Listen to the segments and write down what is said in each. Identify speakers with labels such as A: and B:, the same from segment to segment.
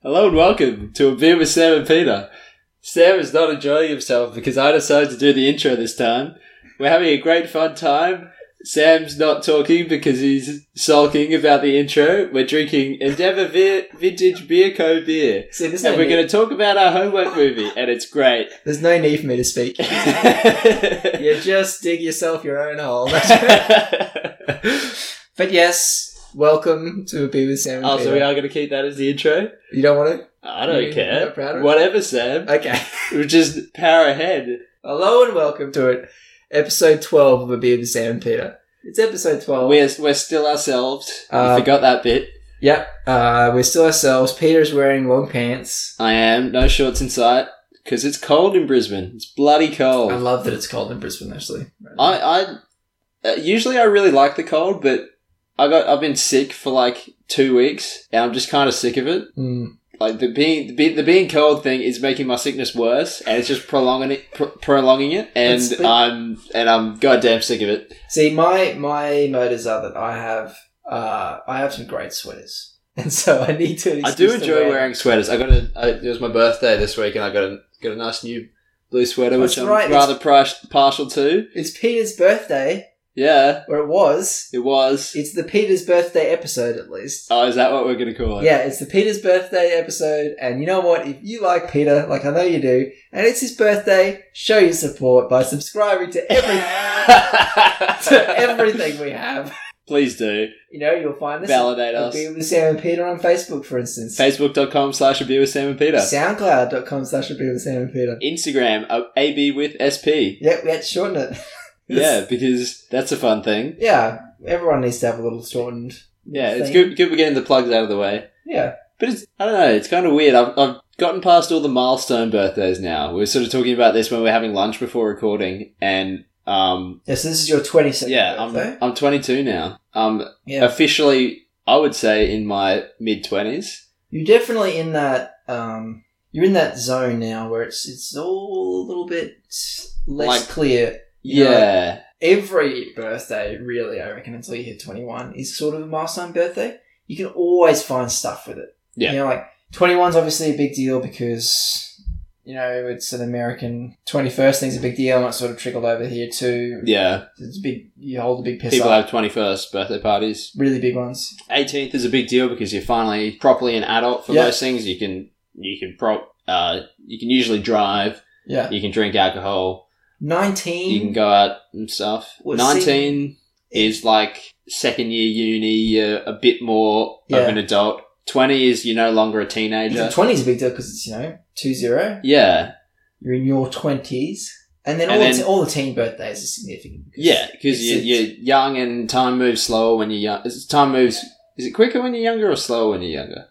A: Hello and welcome to A Beer with Sam and Peter. Sam is not enjoying himself because I decided to do the intro this time. We're having a great fun time. Sam's not talking because he's sulking about the intro. We're drinking Endeavour Ve- Vintage Beer Co. beer.
B: See, there's no,
A: And we're
B: need,
A: going to talk about our homework movie, and it's great.
B: there's no need for me to speak. you just dig yourself your own hole. but yes, welcome to a Be with Sam and
A: oh, so
B: Peter.
A: we are going to keep that as the intro?
B: You don't want it?
A: I don't
B: You-
A: care.
B: you're proud of it?
A: Whatever, Sam.
B: Okay.
A: We'll just power ahead.
B: Hello and welcome to it. Episode 12 of a Be with Sam and Peter. It's episode 12.
A: We're, we're still ourselves.
B: Uh,
A: I forgot that bit.
B: yep. Uh, we're still ourselves. Peter's wearing long pants.
A: I am. No shorts in sight. Because it's cold in Brisbane. It's bloody cold.
B: I
A: I,
B: love that it's cold in Brisbane, actually.
A: I, uh, usually I really like the cold, but I got I've been sick for like two weeks, and I'm just kind of sick of it.
B: Mm.
A: Like the being the, be, the being cold thing is making my sickness worse, and it's just prolonging it, pro prolonging it, and
B: That's the-
A: I'm and I'm goddamn sick of it.
B: See, my, my motives are that I have, uh, I have some great sweaters. And so I need to.
A: I do enjoy wearing sweaters. I got a. I, it was my birthday this week, and I got a got a nice new blue sweater, which
B: That's
A: I'm
B: right,
A: rather prish, partial to.
B: It's Peter's birthday,
A: Yeah,
B: or it was.
A: it was.
B: It's the Peter's birthday episode, at least.
A: Oh, is that what we're gonna call it?
B: Yeah, it's the Peter's birthday episode, and you know what? If you like Peter, like I know you do, and it's his birthday, show your support by subscribing to every to everything we have.
A: Please do
B: You know, you'll find this.
A: validate
B: at
A: us.
B: Be with Sam and Peter on Facebook, for instance.
A: Facebook.com slash a beer with Sam and Peter.
B: SoundCloud.com slash Be with Sam and Peter.
A: Instagram uh, ab with sp.
B: Yeah, we had to shorten it.
A: Yeah, because that's a fun thing.
B: yeah, everyone needs to have a little shortened.
A: Yeah, it's
B: thing.
A: good. Good we're getting the plugs out of the way.
B: Yeah.
A: But it's, I don't know. It's kind of weird. I've, I've gotten past all the milestone birthdays now. We were sort of talking about this when we were having lunch before recording, and um,
B: yeah. So this is your 22nd
A: yeah,
B: birthday.
A: I'm I'm 22 now. Um,
B: Yeah.
A: officially, I would say in my mid 20s.
B: You're definitely in that. Um, you're in that zone now where it's it's all a little bit less
A: Like-
B: clear. You know,
A: Yeah,
B: Every birthday, really, I reckon, until you hit 21, is sort of a milestone birthday. You can always find stuff with it.
A: Yeah.
B: You know, like 21's obviously a big deal because you know it's an American 21st thing's a big deal, and it sort of trickled over here too.
A: yeah.
B: It's a big. You hold a big piss
A: People
B: up.
A: have 21st birthday parties.
B: really big ones.
A: 18th is a big deal because you're finally properly an adult for
B: Yeah.
A: most things. You can you can pro uh, you can usually drive.
B: Yeah.
A: You can drink alcohol.
B: 19.
A: You can go out and stuff.
B: Well, see-
A: 19 is like second year uni. You're a bit more of
B: Yeah.
A: an adult. 20 is you're no longer a teenager.
B: 20 is a big deal because it's you know two zero.
A: yeah,
B: you're in your twenties, and then
A: And
B: all
A: then-
B: the te- all the teen birthdays are significant. because-
A: yeah, because you,
B: It's-
A: you're young and time moves slower when you're young. is- Time moves. Is it quicker when you're younger or slower when you're younger?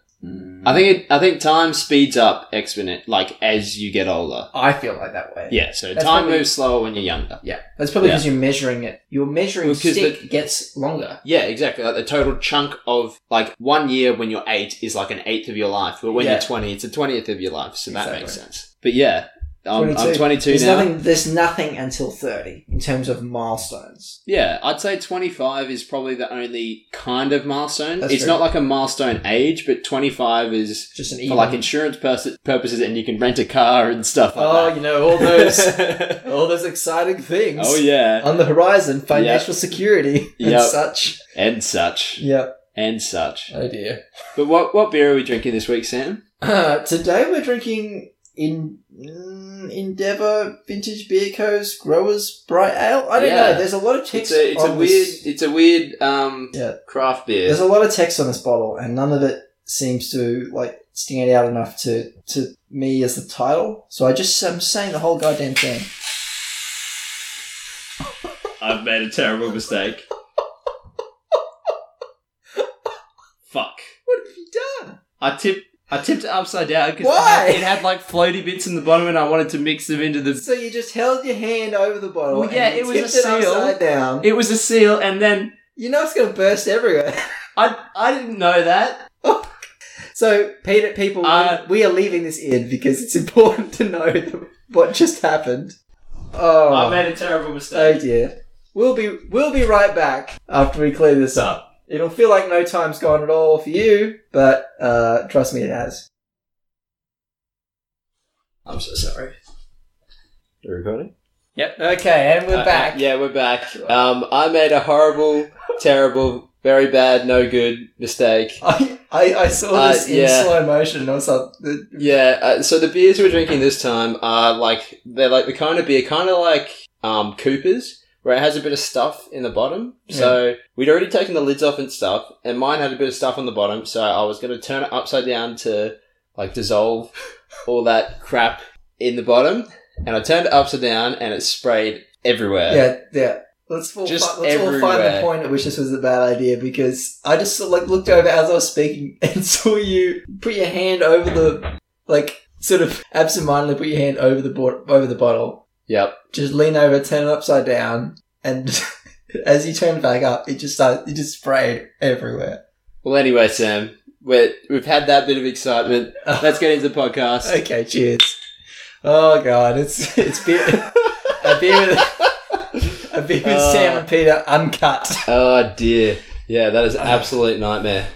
A: I think it, I think time speeds up exponent like as you get older.
B: I feel like that way.
A: Yeah, so
B: That's
A: time
B: probably-
A: moves slower when you're younger.
B: yeah. That's probably
A: Yeah.
B: because you're measuring it. Your measuring
A: Well, 'cause
B: stick gets longer.
A: Yeah, exactly. Like the total chunk of like one year when you're eight is like an eighth of your life, but when
B: Yeah.
A: you're twenty, it's a twentieth of your life. So that makes
B: Exactly.
A: sense. But yeah, I'm 22, I'm
B: 22.
A: 22
B: There's
A: now.
B: nothing. There's nothing until thirty in terms of milestones.
A: Yeah, I'd say 25 is probably the only kind of milestone.
B: That's
A: it's
B: true.
A: not like a milestone age, but 25 is
B: Just an
A: for
B: even.
A: like insurance pers- purposes, and you can rent a car and stuff like
B: oh,
A: that.
B: you know all those all those exciting things.
A: oh yeah,
B: On the horizon, financial security and
A: Yep.
B: such.
A: and such
B: Yeah.
A: and such.
B: Oh dear.
A: But what what beer are we drinking this week, Sam?
B: Uh, today we're drinking in mm, Endeavour Vintage Beer Co.'s Growers Bright Ale. I don't
A: Yeah.
B: know. There's a lot of
A: It's
B: text.
A: a it's a
B: on
A: weird
B: this-
A: it's a weird um
B: Yeah.
A: craft beer.
B: There's a lot of text on this bottle, and none of it seems to like stand out enough to to me as the title. So I just I'm saying the whole goddamn thing.
A: I've made a terrible mistake. Fuck.
B: What have you done?
A: I tipped. I tipped it upside down because
B: Why?
A: it, had like floaty bits in the bottom, and I wanted to mix them into the.
B: So you just held your hand over the bottle.
A: Well, yeah,
B: and you
A: it was a
B: tipped it
A: seal.
B: upside down.
A: It was a seal, and then
B: you know it's gonna burst everywhere.
A: I I didn't know that.
B: So, Peter, people, we-
A: Uh,
B: we, are leaving this in because it's important to know that what just happened. Oh,
A: I made a terrible
B: oh
A: mistake.
B: dear. We'll be we'll be right back after we clear this up. It'll feel like no time's gone at all for you, but uh, trust me, it has. I'm so sorry.
C: Recording?
A: Yep.
B: Okay, and we're
A: Uh,
B: back.
A: yeah, we're back. Um, I made a horrible, terrible, very bad, no good mistake.
B: I, I, I saw
A: Uh,
B: this in
A: yeah.
B: slow motion or something.
A: Yeah, uh, so the beers we're drinking this time are like they're like the kind of beer, kind of like um, Cooper's, where it has a bit of stuff in the bottom. So we'd already taken the lids off and stuff, and mine had a bit of stuff on the bottom. So I was going to turn it upside down to like dissolve all that crap in the bottom, and I turned it upside down, and it sprayed everywhere.
B: Yeah, yeah. Let's all,
A: Just
B: fi- let's all find the
A: everywhere.
B: point at which this was a bad idea because I just sort of, like looked over as I was speaking and saw you put your hand over the like sort of absentmindedly put your hand over the bo- over the bottle,
A: Yep.
B: just lean over, turn it upside down, and as you turn it back up, it just started, it just sprayed everywhere.
A: Well, anyway, Sam, we're, we've had that bit of excitement. Let's get into the podcast.
B: Okay, cheers. Oh god, it's it's beer, a beer with a beer with
A: Uh.
B: Sam and Peter uncut.
A: Oh dear. Yeah, that is absolute nightmare.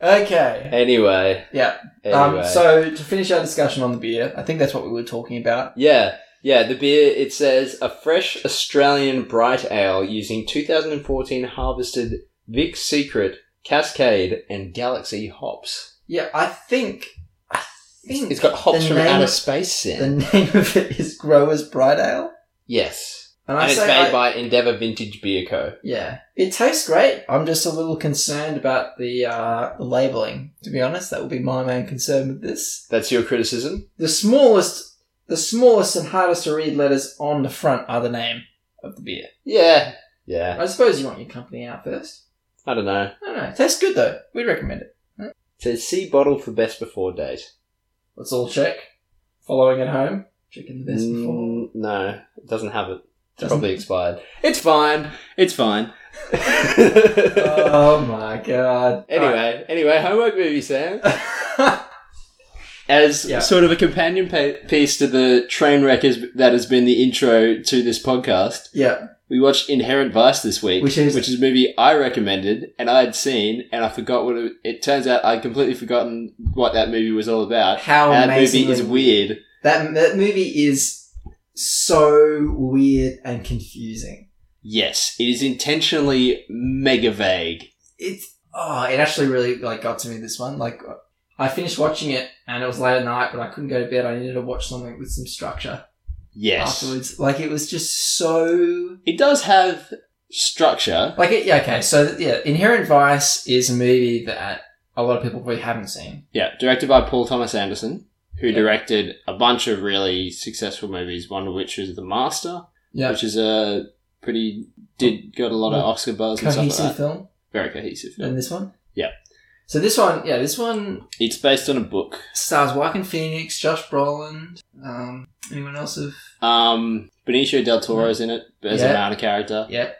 B: Okay,
A: Anyway.
B: yeah.
A: Anyway.
B: Um, so to finish our discussion on the beer, I think that's what we were talking about.
A: yeah. Yeah, the beer it says a fresh Australian bright ale using 2014 harvested Vic Secret, Cascade and Galaxy hops.
B: Yeah, I think I think
A: It's got hops
B: The
A: from
B: name-
A: outer space
B: the
A: Sam.
B: name of it is Growers Bright Ale,
A: yes.
B: and I
A: And it's
B: say
A: made
B: I-
A: by Endeavour Vintage Beer Co.
B: yeah, it tastes great. I'm just a little concerned about the uh, the labeling. To be honest, that will be my main concern with this.
A: That's your criticism?
B: The smallest, the smallest and hardest to read letters on the front are the name of the beer.
A: Yeah. Yeah.
B: I suppose you want your company out first.
A: I don't know.
B: I don't know. It tastes good though. We'd recommend it.
A: It says see bottle for best before date.
B: Let's all check. Following at home, checking the best before.
A: Mm, no, it doesn't have it. It's
B: Doesn't-
A: probably expired. It's fine. It's fine.
B: oh my god.
A: anyway, anyway, homework movie, Sam.
B: Alright.
A: As
B: Yeah.
A: sort of a companion pa- piece to the train wreck is, that has been the intro to this podcast,
B: yeah.
A: we watched Inherent Vice this week,
B: Which is-
A: which is a movie I recommended and I had seen, and I forgot what it, it turns out. I'd completely forgotten what that movie was all about.
B: How
A: And that
B: amazing.
A: movie is weird.
B: That, that movie is so weird and confusing.
A: Yes, it is intentionally mega vague.
B: It's oh, it actually really like got to me this one. Like I finished watching it and it was late at night, but I couldn't go to bed. I needed to watch something with some structure
A: Yes.
B: afterwards. Like it was just so
A: It does have structure.
B: like it, yeah. Okay, so yeah, Inherent Vice is a movie that a lot of people probably haven't seen.
A: Yeah, directed by Paul Thomas Anderson, who
B: Yeah.
A: directed a bunch of really successful movies. One of which is The Master,
B: Yeah,
A: which is a pretty did got a lot of
B: Yeah.
A: Oscar buzz and stuff like
B: cohesive Mm.
A: that.
B: film.
A: Very cohesive film.
B: And this one?
A: Yeah.
B: So this one, yeah, this one
A: It's based on a book.
B: stars Joaquin Phoenix, Josh Brolin, um, anyone else of
A: Um, Benicio del Toro's in it as
B: Yeah.
A: a minor character.
B: yeah.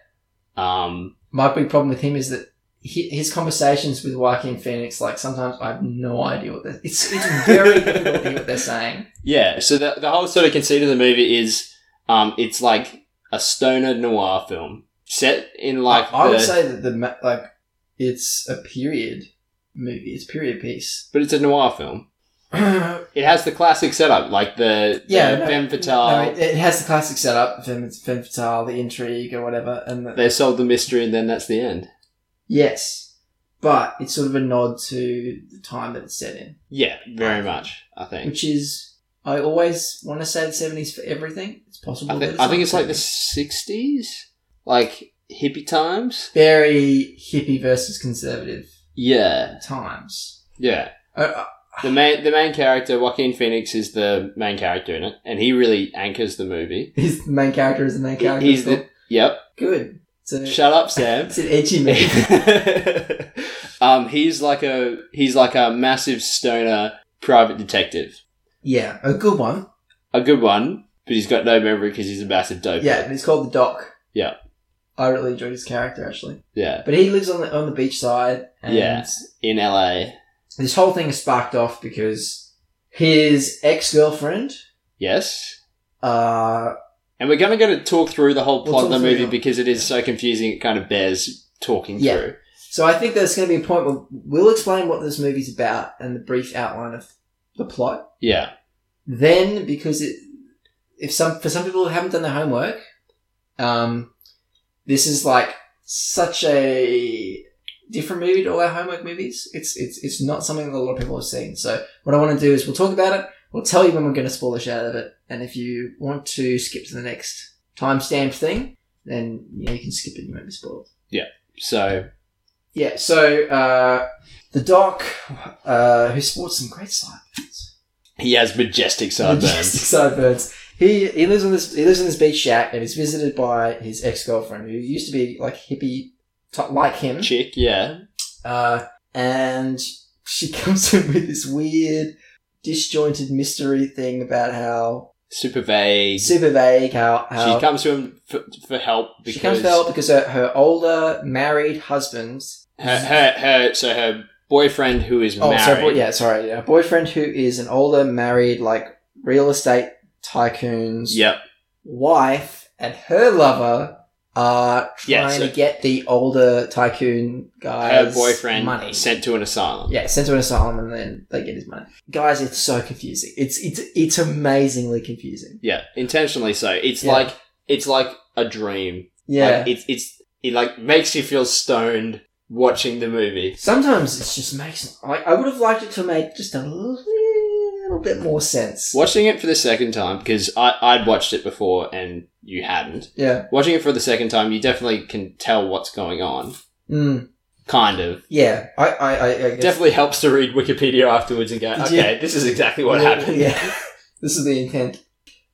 A: Um,
B: My big problem with him is that he, his conversations with Joaquin Phoenix, like sometimes I have no idea what they're. It's it's very difficult to hear what they're saying.
A: yeah. So the the whole sort of conceit of the movie is, um, it's like a stoner noir film set in like
B: I, I
A: the,
B: would say that the ma- like it's a period movie. It's a period piece.
A: but it's a noir film.
B: yeah,
A: It has the classic setup, like the, the
B: no,
A: femme fatale.
B: no, it, it has the classic setup: femme, femme fatale, the intrigue, or whatever, and the,
A: they solve the mystery, and then that's the end.
B: Yes, but it's sort of a nod to the time that it's set in,
A: Yeah, very much. I think.
B: which is I always want to say the seventies for everything. It's possible.
A: I
B: that
A: think, I
B: not
A: think it's like the
B: 70s.
A: '60s, like hippie times.
B: very hippie versus conservative
A: Yeah,
B: times.
A: yeah.
B: Uh, uh,
A: The main the main character Joaquin Phoenix is the main character in it, and he really anchors the movie.
B: he's the main character. Is the main character?
A: He's
B: still?
A: the yep.
B: good. So
A: Shut up, Sam.
B: it's an edgy man.
A: um, he's like a he's like a massive stoner private detective.
B: yeah, a good one.
A: A good one, but he's got no memory because he's a massive dope.
B: Yeah, and it's called the Doc.
A: Yeah.
B: I really enjoyed his character actually,
A: yeah.
B: but he lives on the on the beach side. And
A: Yeah. In LA,
B: this whole thing is sparked off because his ex girlfriend,
A: yes.
B: uh,
A: And we're going to go to talk through the whole
B: We'll
A: plot
B: talk
A: of the
B: through
A: movie
B: that.
A: because it is so confusing. It kind of bears talking
B: Yeah.
A: through.
B: so I think there's going to be a point where we'll explain what this movie's about and the brief outline of the plot.
A: Yeah,
B: then because it, if some for some people who haven't done their homework, um, this is like such a different movie to all our homework movies. It's it's it's not something that a lot of people have seen. So what I want to do is we'll talk about it. We'll tell you when we're going to spoil the shit out of it. And if you want to skip to the next timestamp thing, then you, know, you can skip it. You won't be spoiled.
A: So
B: Yeah, so uh, the doc, uh, who sports some great sideburns,
A: he has majestic sideburns.
B: Majestic sideburns. He he lives on this he lives in this beach shack and is visited by his ex girlfriend who used to be like hippie t- like him,
A: Chick, yeah.
B: uh, and she comes in with this weird disjointed mystery thing about how
A: Super vague.
B: super vague how how
A: she comes to him for, for help because
B: she comes to help because her, her older married husband
A: Her, her, her, so her boyfriend who is
B: Oh,
A: married.
B: sorry, boy, yeah, sorry. Yeah, boyfriend who is an older, married, like real estate tycoon's
A: Yep.
B: wife and her lover are
A: Yeah,
B: trying
A: so-
B: to get the older tycoon guy's
A: Her boyfriend
B: money.
A: sent to an asylum.
B: yeah, sent to an asylum and then they get his money. Guys, it's so confusing. It's it's it's amazingly confusing.
A: Yeah, intentionally so. It's
B: Yeah.
A: like it's like a dream.
B: Yeah.
A: Like, it's it's it like makes you feel stoned watching the movie.
B: Sometimes it just makes like I would have liked it to make just a little bit more sense.
A: Watching it for the second time because I I'd watched it before and you hadn't.
B: Yeah.
A: Watching it for the second time, you definitely can tell what's going on.
B: Mm.
A: Kind of.
B: Yeah. I I I, I guess
A: Definitely helps to read Wikipedia afterwards and go,
B: Yeah.
A: okay, this is exactly what
B: Yeah,
A: happened.
B: Yeah, this is the intent.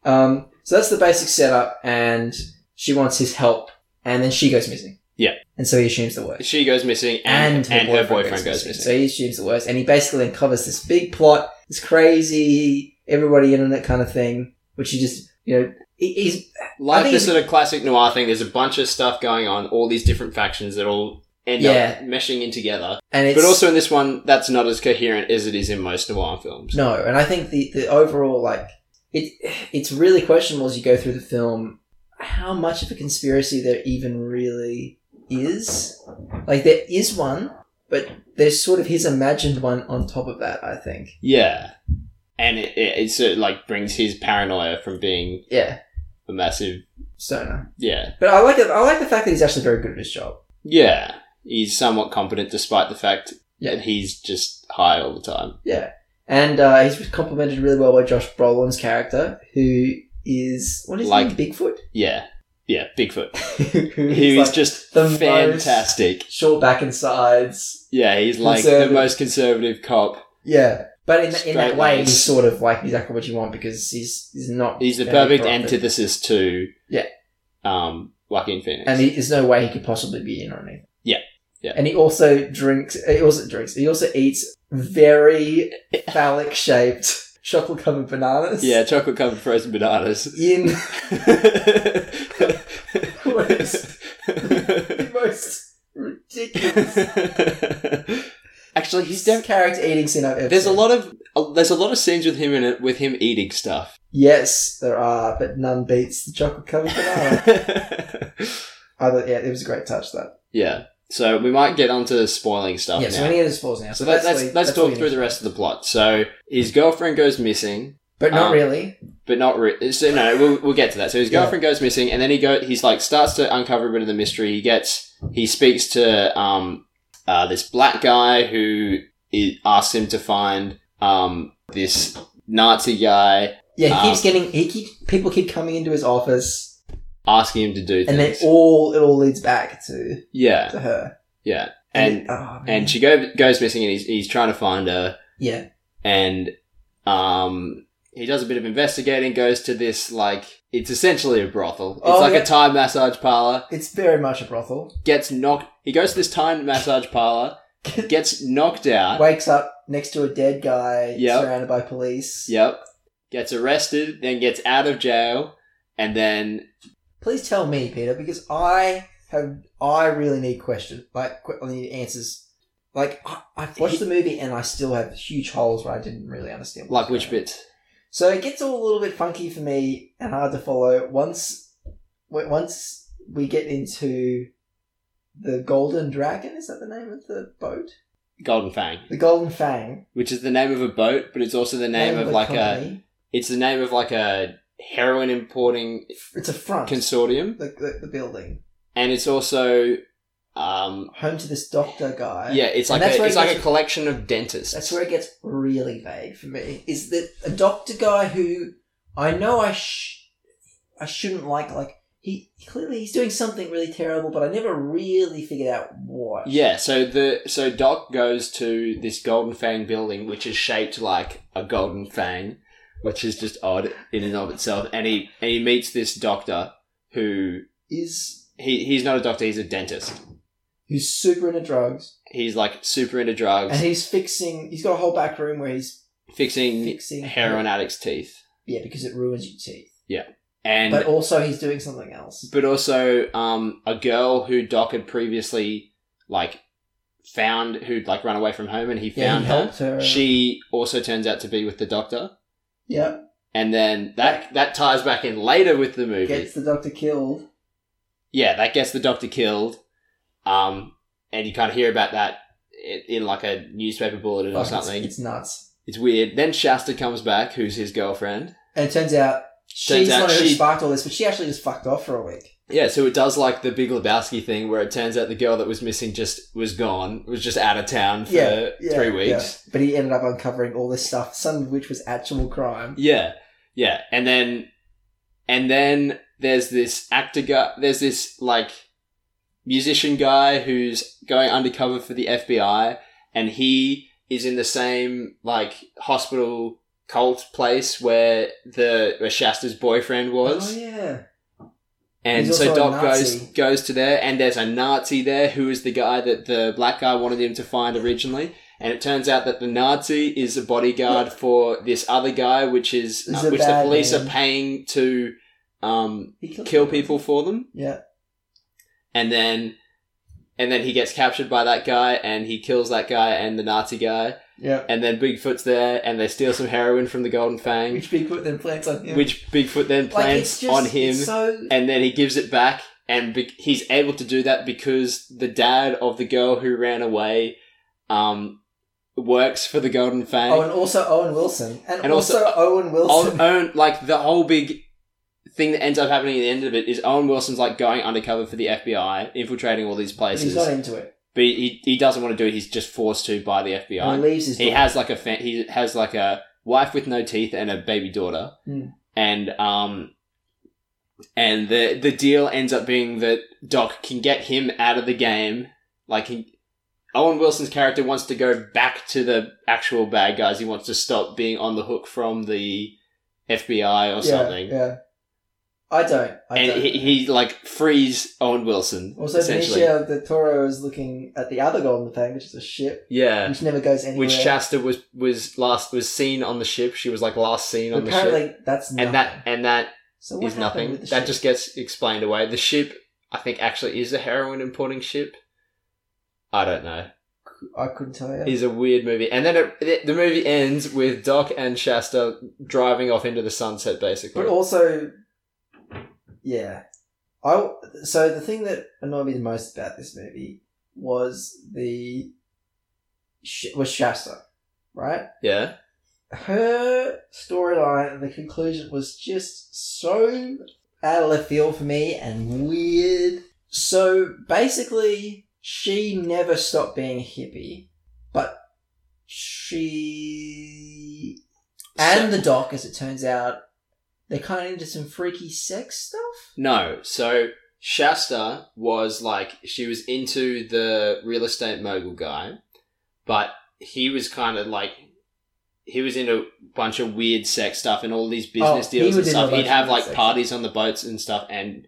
B: Um, so that's the basic setup, and she wants his help, and then she goes missing.
A: Yeah.
B: and so he assumes the worst,
A: She goes missing and and, her boyfriend, goes missing.
B: So he assumes the worst, and he basically uncovers this big plot, this crazy everybody in on it kind of thing, which he just you know he, he's I
A: like
B: think
A: this
B: it's-
A: sort of classic noir thing, there's a bunch of stuff going on, all these different factions that all end
B: Yeah.
A: up meshing in together.
B: and it's
A: but also in this one, that's not as coherent as it is in most noir films.
B: No, and I think the, the overall like it it's really questionable as you go through the film how much of a conspiracy there even really is. Like there is one, but there's sort of his imagined one on top of that. I think.
A: Yeah. And it, it, it sort of like brings his paranoia from being
B: Yeah,
A: a massive,
B: stoner.
A: yeah.
B: But I like it. I like the fact that he's actually very good at his job.
A: Yeah. He's somewhat competent despite the fact
B: Yeah.
A: that he's just high all the time.
B: Yeah, and uh, he's complemented really well by Josh Brolin's character, who is what is
A: Like-
B: he Bigfoot?
A: Yeah. Yeah, Bigfoot.
B: who
A: He
B: is
A: is
B: like
A: just
B: the most-
A: fantastic.
B: short back and sides.
A: Yeah, he's like the
B: Conservative.
A: most conservative cop.
B: Yeah, but in, in that
A: Straight
B: way,
A: lines.
B: he's sort of like exactly what you want because he's he's not.
A: He's the
B: very
A: perfect
B: corrupted.
A: antithesis to
B: Yeah.
A: um, Joaquin Phoenix.
B: and he, there's no way he could possibly be in on anything.
A: Yeah, yeah.
B: And he also drinks. He also drinks. He also eats very phallic shaped chocolate covered bananas.
A: yeah, chocolate covered frozen bananas.
B: in What is- the
A: Actually,
B: most ridiculous
A: he's def-
B: character eating scene I've ever.
A: there's a
B: seen.
A: lot of uh, there's a lot of scenes with him in it with him eating stuff.
B: Yes, there are, but none beats the chocolate covered banana.
A: yeah.
B: I thought, yeah, it was a great touch. That.
A: So we might get onto spoiling stuff
B: yeah.
A: now.
B: So any of this falls now.
A: so let's
B: that's
A: let's,
B: what he-
A: let's
B: that's what
A: talk
B: he
A: through
B: needs.
A: the rest of the plot. So his girlfriend goes missing.
B: But not
A: um,
B: really.
A: but not re- so no no, we'll, we'll get to that so his
B: Yeah.
A: girlfriend goes missing and then he go he's like starts to uncover a bit of the mystery he gets he speaks to um uh, this black guy who i- asks him to find um this nazi guy
B: Yeah, he
A: Um,
B: keeps getting he keep people keep coming into his office,
A: asking him to do
B: and then
A: things
B: all it all leads back to
A: yeah
B: to her.
A: yeah and
B: it- oh, man.
A: and she go, goes missing and he's, he's trying to find her
B: yeah,
A: and um he does a bit of investigating goes to this like it's essentially a brothel it's
B: Oh,
A: like
B: yeah.
A: a thai massage parlor
B: it's very much a brothel.
A: gets knocked. He goes to this Thai massage parlor, gets knocked out.
B: Wakes up next to a dead guy,
A: Yep.
B: surrounded by police.
A: Yep. Gets arrested, then gets out of jail, and then
B: Please tell me, Peter, because I have I really need questions, like qu- I need answers. Like I, I've watched the movie and I still have huge holes where I didn't really understand. what
A: like
B: was
A: which
B: going on.
A: bit?
B: So it gets all a little bit funky for me and hard to follow once w- once we get into the Golden Dragon. Is that the name of the boat?
A: Golden Fang,
B: The Golden Fang.
A: which is the name of a boat, but it's also the name, of
B: the
A: like a
B: company.
A: It's the name of like a heroin importing
B: It's a front.
A: consortium,
B: the, the, the building.
A: and it's also, um,
B: Home to this doctor guy.
A: yeah, it's
B: And
A: like
B: that's
A: a,
B: where
A: it's
B: it
A: like
B: gets-
A: a collection of dentists.
B: That's where it gets really vague for me. Is that a doctor guy who I know I sh- I shouldn't like? Like he clearly he's doing something really terrible, but I never really figured out what.
A: Yeah, so the so Doc goes to this Golden Fang building, which is shaped like a golden fang, which is just odd in and of itself. And he and he meets this doctor who
B: is
A: he, he's not a doctor, he's a dentist.
B: who's super into drugs
A: He's like super into
B: and
A: drugs,
B: he's fixing. He's got a whole back room where he's
A: fixing
B: fixing
A: heroin addicts' teeth,
B: Yeah, because it ruins your teeth.
A: and
B: But
A: but,
B: also he's doing something else.
A: also um, a girl who Doc had previously like found who'd like run away from home, and he
B: Yeah,
A: found
B: he
A: her.
B: helped her.
A: She also turns out to be with the doctor.
B: yeah
A: and then that that ties back in later with the movie.
B: gets the doctor killed.
A: yeah, that gets the Doctor killed, um, and you kind of hear about that i- in like a newspaper bulletin
B: Fuck,
A: or
B: it's-
A: something. It's,
B: It's nuts.
A: weird. Then Shasta comes back, who's his girlfriend.
B: And it turns out
A: Turns
B: she's
A: out
B: not who
A: she-
B: sparked all this, but she actually just fucked off for a week.
A: Yeah, so it does like the Big Lebowski thing, where it turns out the girl that was missing just was gone, was just out of town for
B: Yeah, yeah,
A: three weeks.
B: But he ended up uncovering all this stuff, some of which was actual crime.
A: Yeah. yeah, and then and then there's this actor guy. There's this like musician guy who's going undercover for the FBI, and he is in the same like hospital cult place where the where Shasta's boyfriend was,
B: Oh, yeah.
A: and
B: He's
A: so
B: also a
A: Doc goes
B: Nazi.
A: goes to there, and there's a Nazi there who is the guy that the black guy wanted him to find originally. And it turns out that the Nazi is a bodyguard for this other guy, which is
B: He's
A: uh,
B: a
A: which the
B: bad
A: police
B: man.
A: are paying to um,
B: He killed
A: kill people for them
B: Yeah.
A: and then and then he gets captured by that guy and he kills that guy and the Nazi guy
B: Yeah.
A: and then Bigfoot's there and they steal some heroin from the Golden Fang
B: Which Bigfoot then plants on him.
A: which Bigfoot then
B: Like,
A: plants
B: it's just-
A: on him
B: it's So,
A: and then he gives it back and be- he's able to do that because the dad of the girl who ran away um, works for the Golden Fang
B: oh, and also Owen Wilson. And,
A: And
B: also,
A: also-
B: Owen
A: Owen,
B: Wilson.
A: Owen- like the whole big thing that ends up happening at the end of it is Owen Wilson's like going undercover for the FBI infiltrating all these
B: but
A: places
B: he's not into it.
A: but he, he doesn't want to do it. He's just forced to by the
B: And
A: FBI.
B: he leaves his
A: He
B: daughter.
A: has like a fa- he has like a wife with no teeth and a baby daughter,
B: Hmm.
A: and um, and the the deal ends up being that Doc can get him out of the game. Like he, Owen Wilson's character wants to go back to the actual bad guys. He wants to stop being on the hook from the FBI or
B: yeah,
A: something.
B: Yeah. I don't. I
A: And
B: don't.
A: he, he like frees Owen Wilson
B: also,
A: essentially.
B: Benicio del Toro is looking at the other golden thing, which is a ship,
A: yeah.
B: which never goes anywhere.
A: which Shasta was was last was seen on the ship. She was like last seen on the
B: Apparently,
A: ship,
B: that's nothing.
A: and that and that
B: so
A: is
B: what happened
A: nothing.
B: with the
A: That
B: ship?
A: just gets explained away. The ship, I think, actually is a heroin importing ship. I don't know.
B: I couldn't tell you.
A: Is a weird movie, and then it, the- the movie ends with Doc and Shasta driving off into the sunset, basically.
B: but also, yeah, I. So the thing that annoyed me the most about this movie was the Sh- was Shasta, right?
A: yeah,
B: Her storyline and the conclusion was just so out of left field for me and weird. So basically, she never stopped being a hippie, but she and the doc, as it turns out, they're kind of into some freaky sex stuff.
A: no, so Shasta was like she was into the real estate mogul guy, but he was kind of like he was into a bunch of weird sex stuff and all these business
B: Oh, he
A: deals and
B: was into
A: stuff.
B: a bunch
A: He'd have
B: of
A: like
B: sex
A: parties on the boats and stuff, and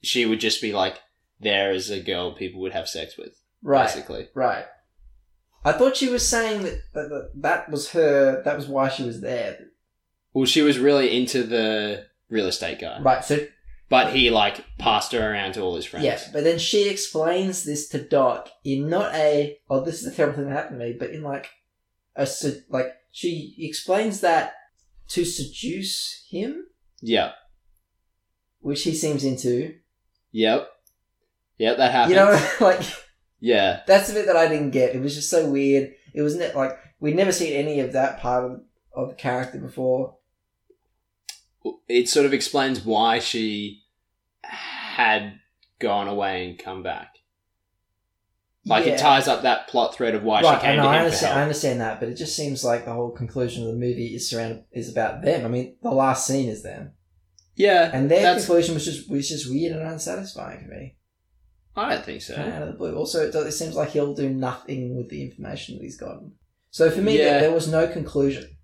A: she would just be like there as a girl people would have sex with, basically.
B: right. I thought she was saying that, that that that was her. That was why she was there.
A: Well, she was really into the real estate guy,
B: Right. So
A: but he like passed her around to all his friends.
B: yeah, but then she explains this to Doc in not a oh this is a terrible thing that happened to me, but in like a se- like she explains that to seduce him,
A: yeah,
B: which he seems into.
A: yep, yep. That happens.
B: You know, like
A: yeah.
B: That's the bit that I didn't get. It was just so weird. It was ne- like we'd never seen any of that part of, of the character before.
A: it sort of explains why she had gone away and come back. Like
B: Yeah.
A: it ties up that plot thread of why
B: right,
A: she came
B: and
A: to
B: I
A: him for
B: understand, I
A: help.
B: understand that, but it just seems like the whole conclusion of the movie is surrounded is about them. I mean, the last scene is them,
A: Yeah,
B: and their
A: That's-
B: conclusion was just was just weird and unsatisfying for me.
A: I don't think so.
B: Kinda out of the blue. Also, it, does, it seems like he'll do nothing with the information that he's gotten. So for me,
A: Yeah.
B: there, there was no conclusion.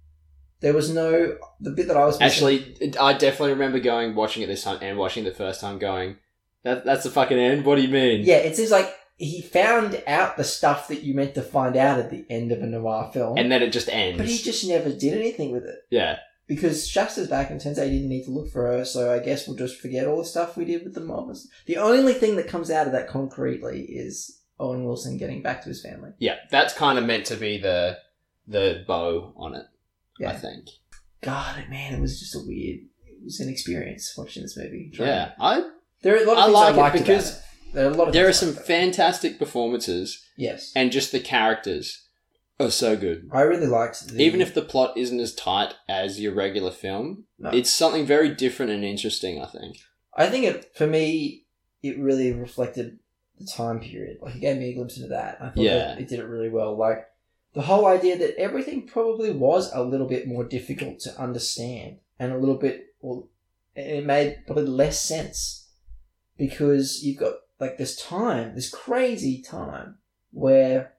B: There was no the bit that I was missing-
A: Actually, it- I definitely remember going watching it this time and watching it the first time going, that, that's the fucking end. What do you mean?
B: Yeah, it seems like he found out the stuff that you meant to find out at the end of a noir film,
A: And then it just ends.
B: but he just never did anything with it.
A: yeah.
B: because Shasta's back and Sensei didn't need to look for her, so I guess we'll just forget all the stuff we did with the mobs. The only thing that comes out of that concretely is Owen Wilson getting back to his family.
A: Yeah. That's kind of meant to be the the bow on it, I
B: Yeah.
A: think.
B: God, man, it was just a weird. It was an experience watching this movie.
A: Yeah. I,
B: there are a lot of
A: I
B: things
A: like
B: I
A: it
B: liked about
A: because
B: it. there are a lot of
A: there are
B: things I
A: some
B: liked about it.
A: fantastic performances
B: yes.
A: and just the characters are so good.
B: I really liked the,
A: Even if the plot isn't as tight as your regular film,
B: No.
A: it's something very different and interesting, I think.
B: I think it for me it really reflected the time period. Like it gave me a glimpse into that. I thought
A: Yeah.
B: that it did it really well. Like the whole idea that everything probably was a little bit more difficult to understand and a little bit well and it made probably less sense because you've got like this time, this crazy time where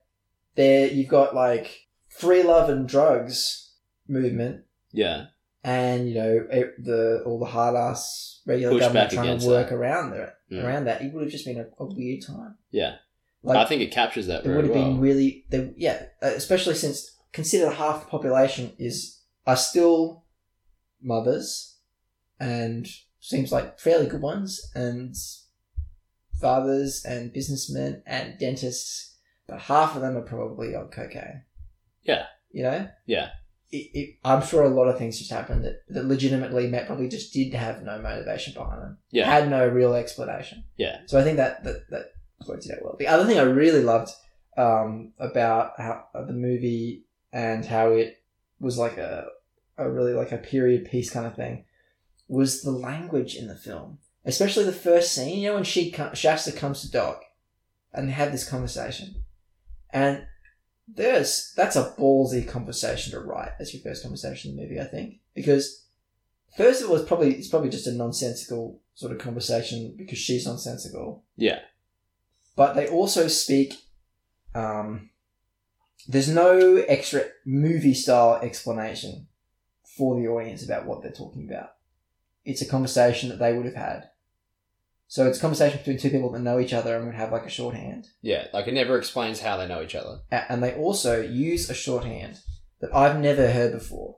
B: there you've got like free love and drugs movement
A: Yeah.
B: and you know it- the all the hard ass regular
A: Push
B: government
A: back
B: trying
A: against
B: to work
A: that.
B: around that
A: Mm.
B: around that it would have just been a, a weird time
A: Yeah.
B: like
A: I think it captures that
B: it
A: very
B: would have
A: well.
B: been really there, yeah uh, especially since consider half the population is are still mothers and seems like fairly good ones and fathers and businessmen and dentists but half of them are probably on cocaine
A: Yeah.
B: you know
A: Yeah.
B: it, it, I'm sure a lot of things just happened that, that legitimately Matt probably just did have no motivation behind them.
A: Yeah.
B: Had no real explanation.
A: Yeah.
B: So I think that that, that worked it out well. The other thing I really loved um, about how uh, the movie and how it was like a, a really like a period piece kind of thing was the language in the film, especially the first scene. You know when she com- Shasta comes to Doc, and they have this conversation, and there's that's a ballsy conversation to write as your first conversation in the movie, I think, because first of all, it's probably it's probably just a nonsensical sort of conversation because she's nonsensical.
A: Yeah.
B: but they also speak. Um, there's no extra movie style explanation for the audience about what they're talking about. It's a conversation that they would have had. So it's a conversation between two people that know each other and would have like a shorthand.
A: Yeah. Like it never explains how they know each other.
B: A- and they also use a shorthand that I've never heard before.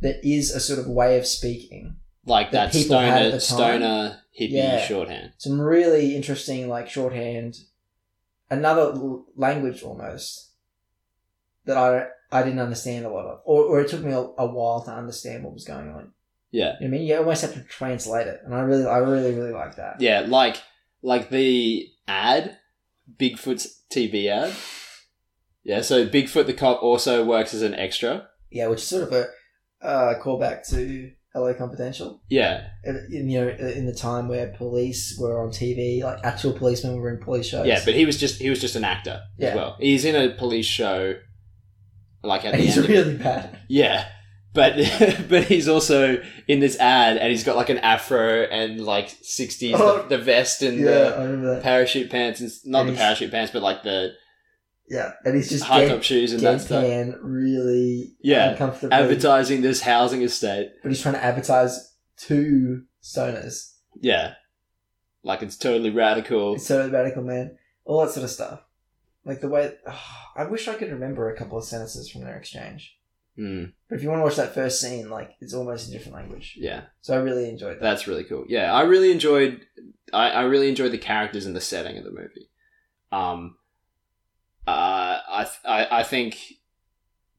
B: That is a sort of way of speaking.
A: Like
B: That
A: that,
B: people had at
A: stoner
B: the time.
A: stoner hippie
B: Yeah.
A: shorthand.
B: Some really interesting, like shorthand, another l- language almost that I I didn't understand a lot of, or, or it took me a, a while to understand what was going on.
A: Yeah.
B: You know what I mean, you almost have to translate it, and I really, I really, really like that.
A: Yeah, like like the ad, Bigfoot's TV ad. Yeah, so Bigfoot the cop also works as an extra.
B: Yeah, which is sort of a uh, callback to Hello Confidential.
A: Yeah,
B: in, you know in the time where police were on TV, like actual policemen were in police shows.
A: yeah, but he was just he was just an actor
B: Yeah.
A: as well. He's in a police show, like at
B: and
A: the
B: he's
A: end. of it.
B: really bad.
A: Yeah, but but he's also in this ad, and he's got like an afro and like sixties
B: Oh.
A: the, the vest and uh,
B: Yeah, I remember
A: the
B: that.
A: parachute pants and s- not
B: And
A: the
B: he's-
A: parachute pants, but like the
B: Yeah, and he's just
A: high uh, top
B: dead,
A: shoes and that stuff.
B: deadpan, really
A: Yeah,
B: uncomfortable.
A: advertising this housing estate.
B: but he's trying to advertise to stoners.
A: Yeah. Like it's totally radical.
B: It's so radical, man. All that sort of stuff. Like the way I wish I could remember a couple of sentences from their exchange.
A: Mm,
B: But if you want to watch that first scene, like it's almost a different language.
A: yeah,
B: So I really enjoyed that.
A: that's really cool. Yeah, I really enjoyed. I, I really enjoyed the characters and the setting of the movie. Um, uh, I, th- I I think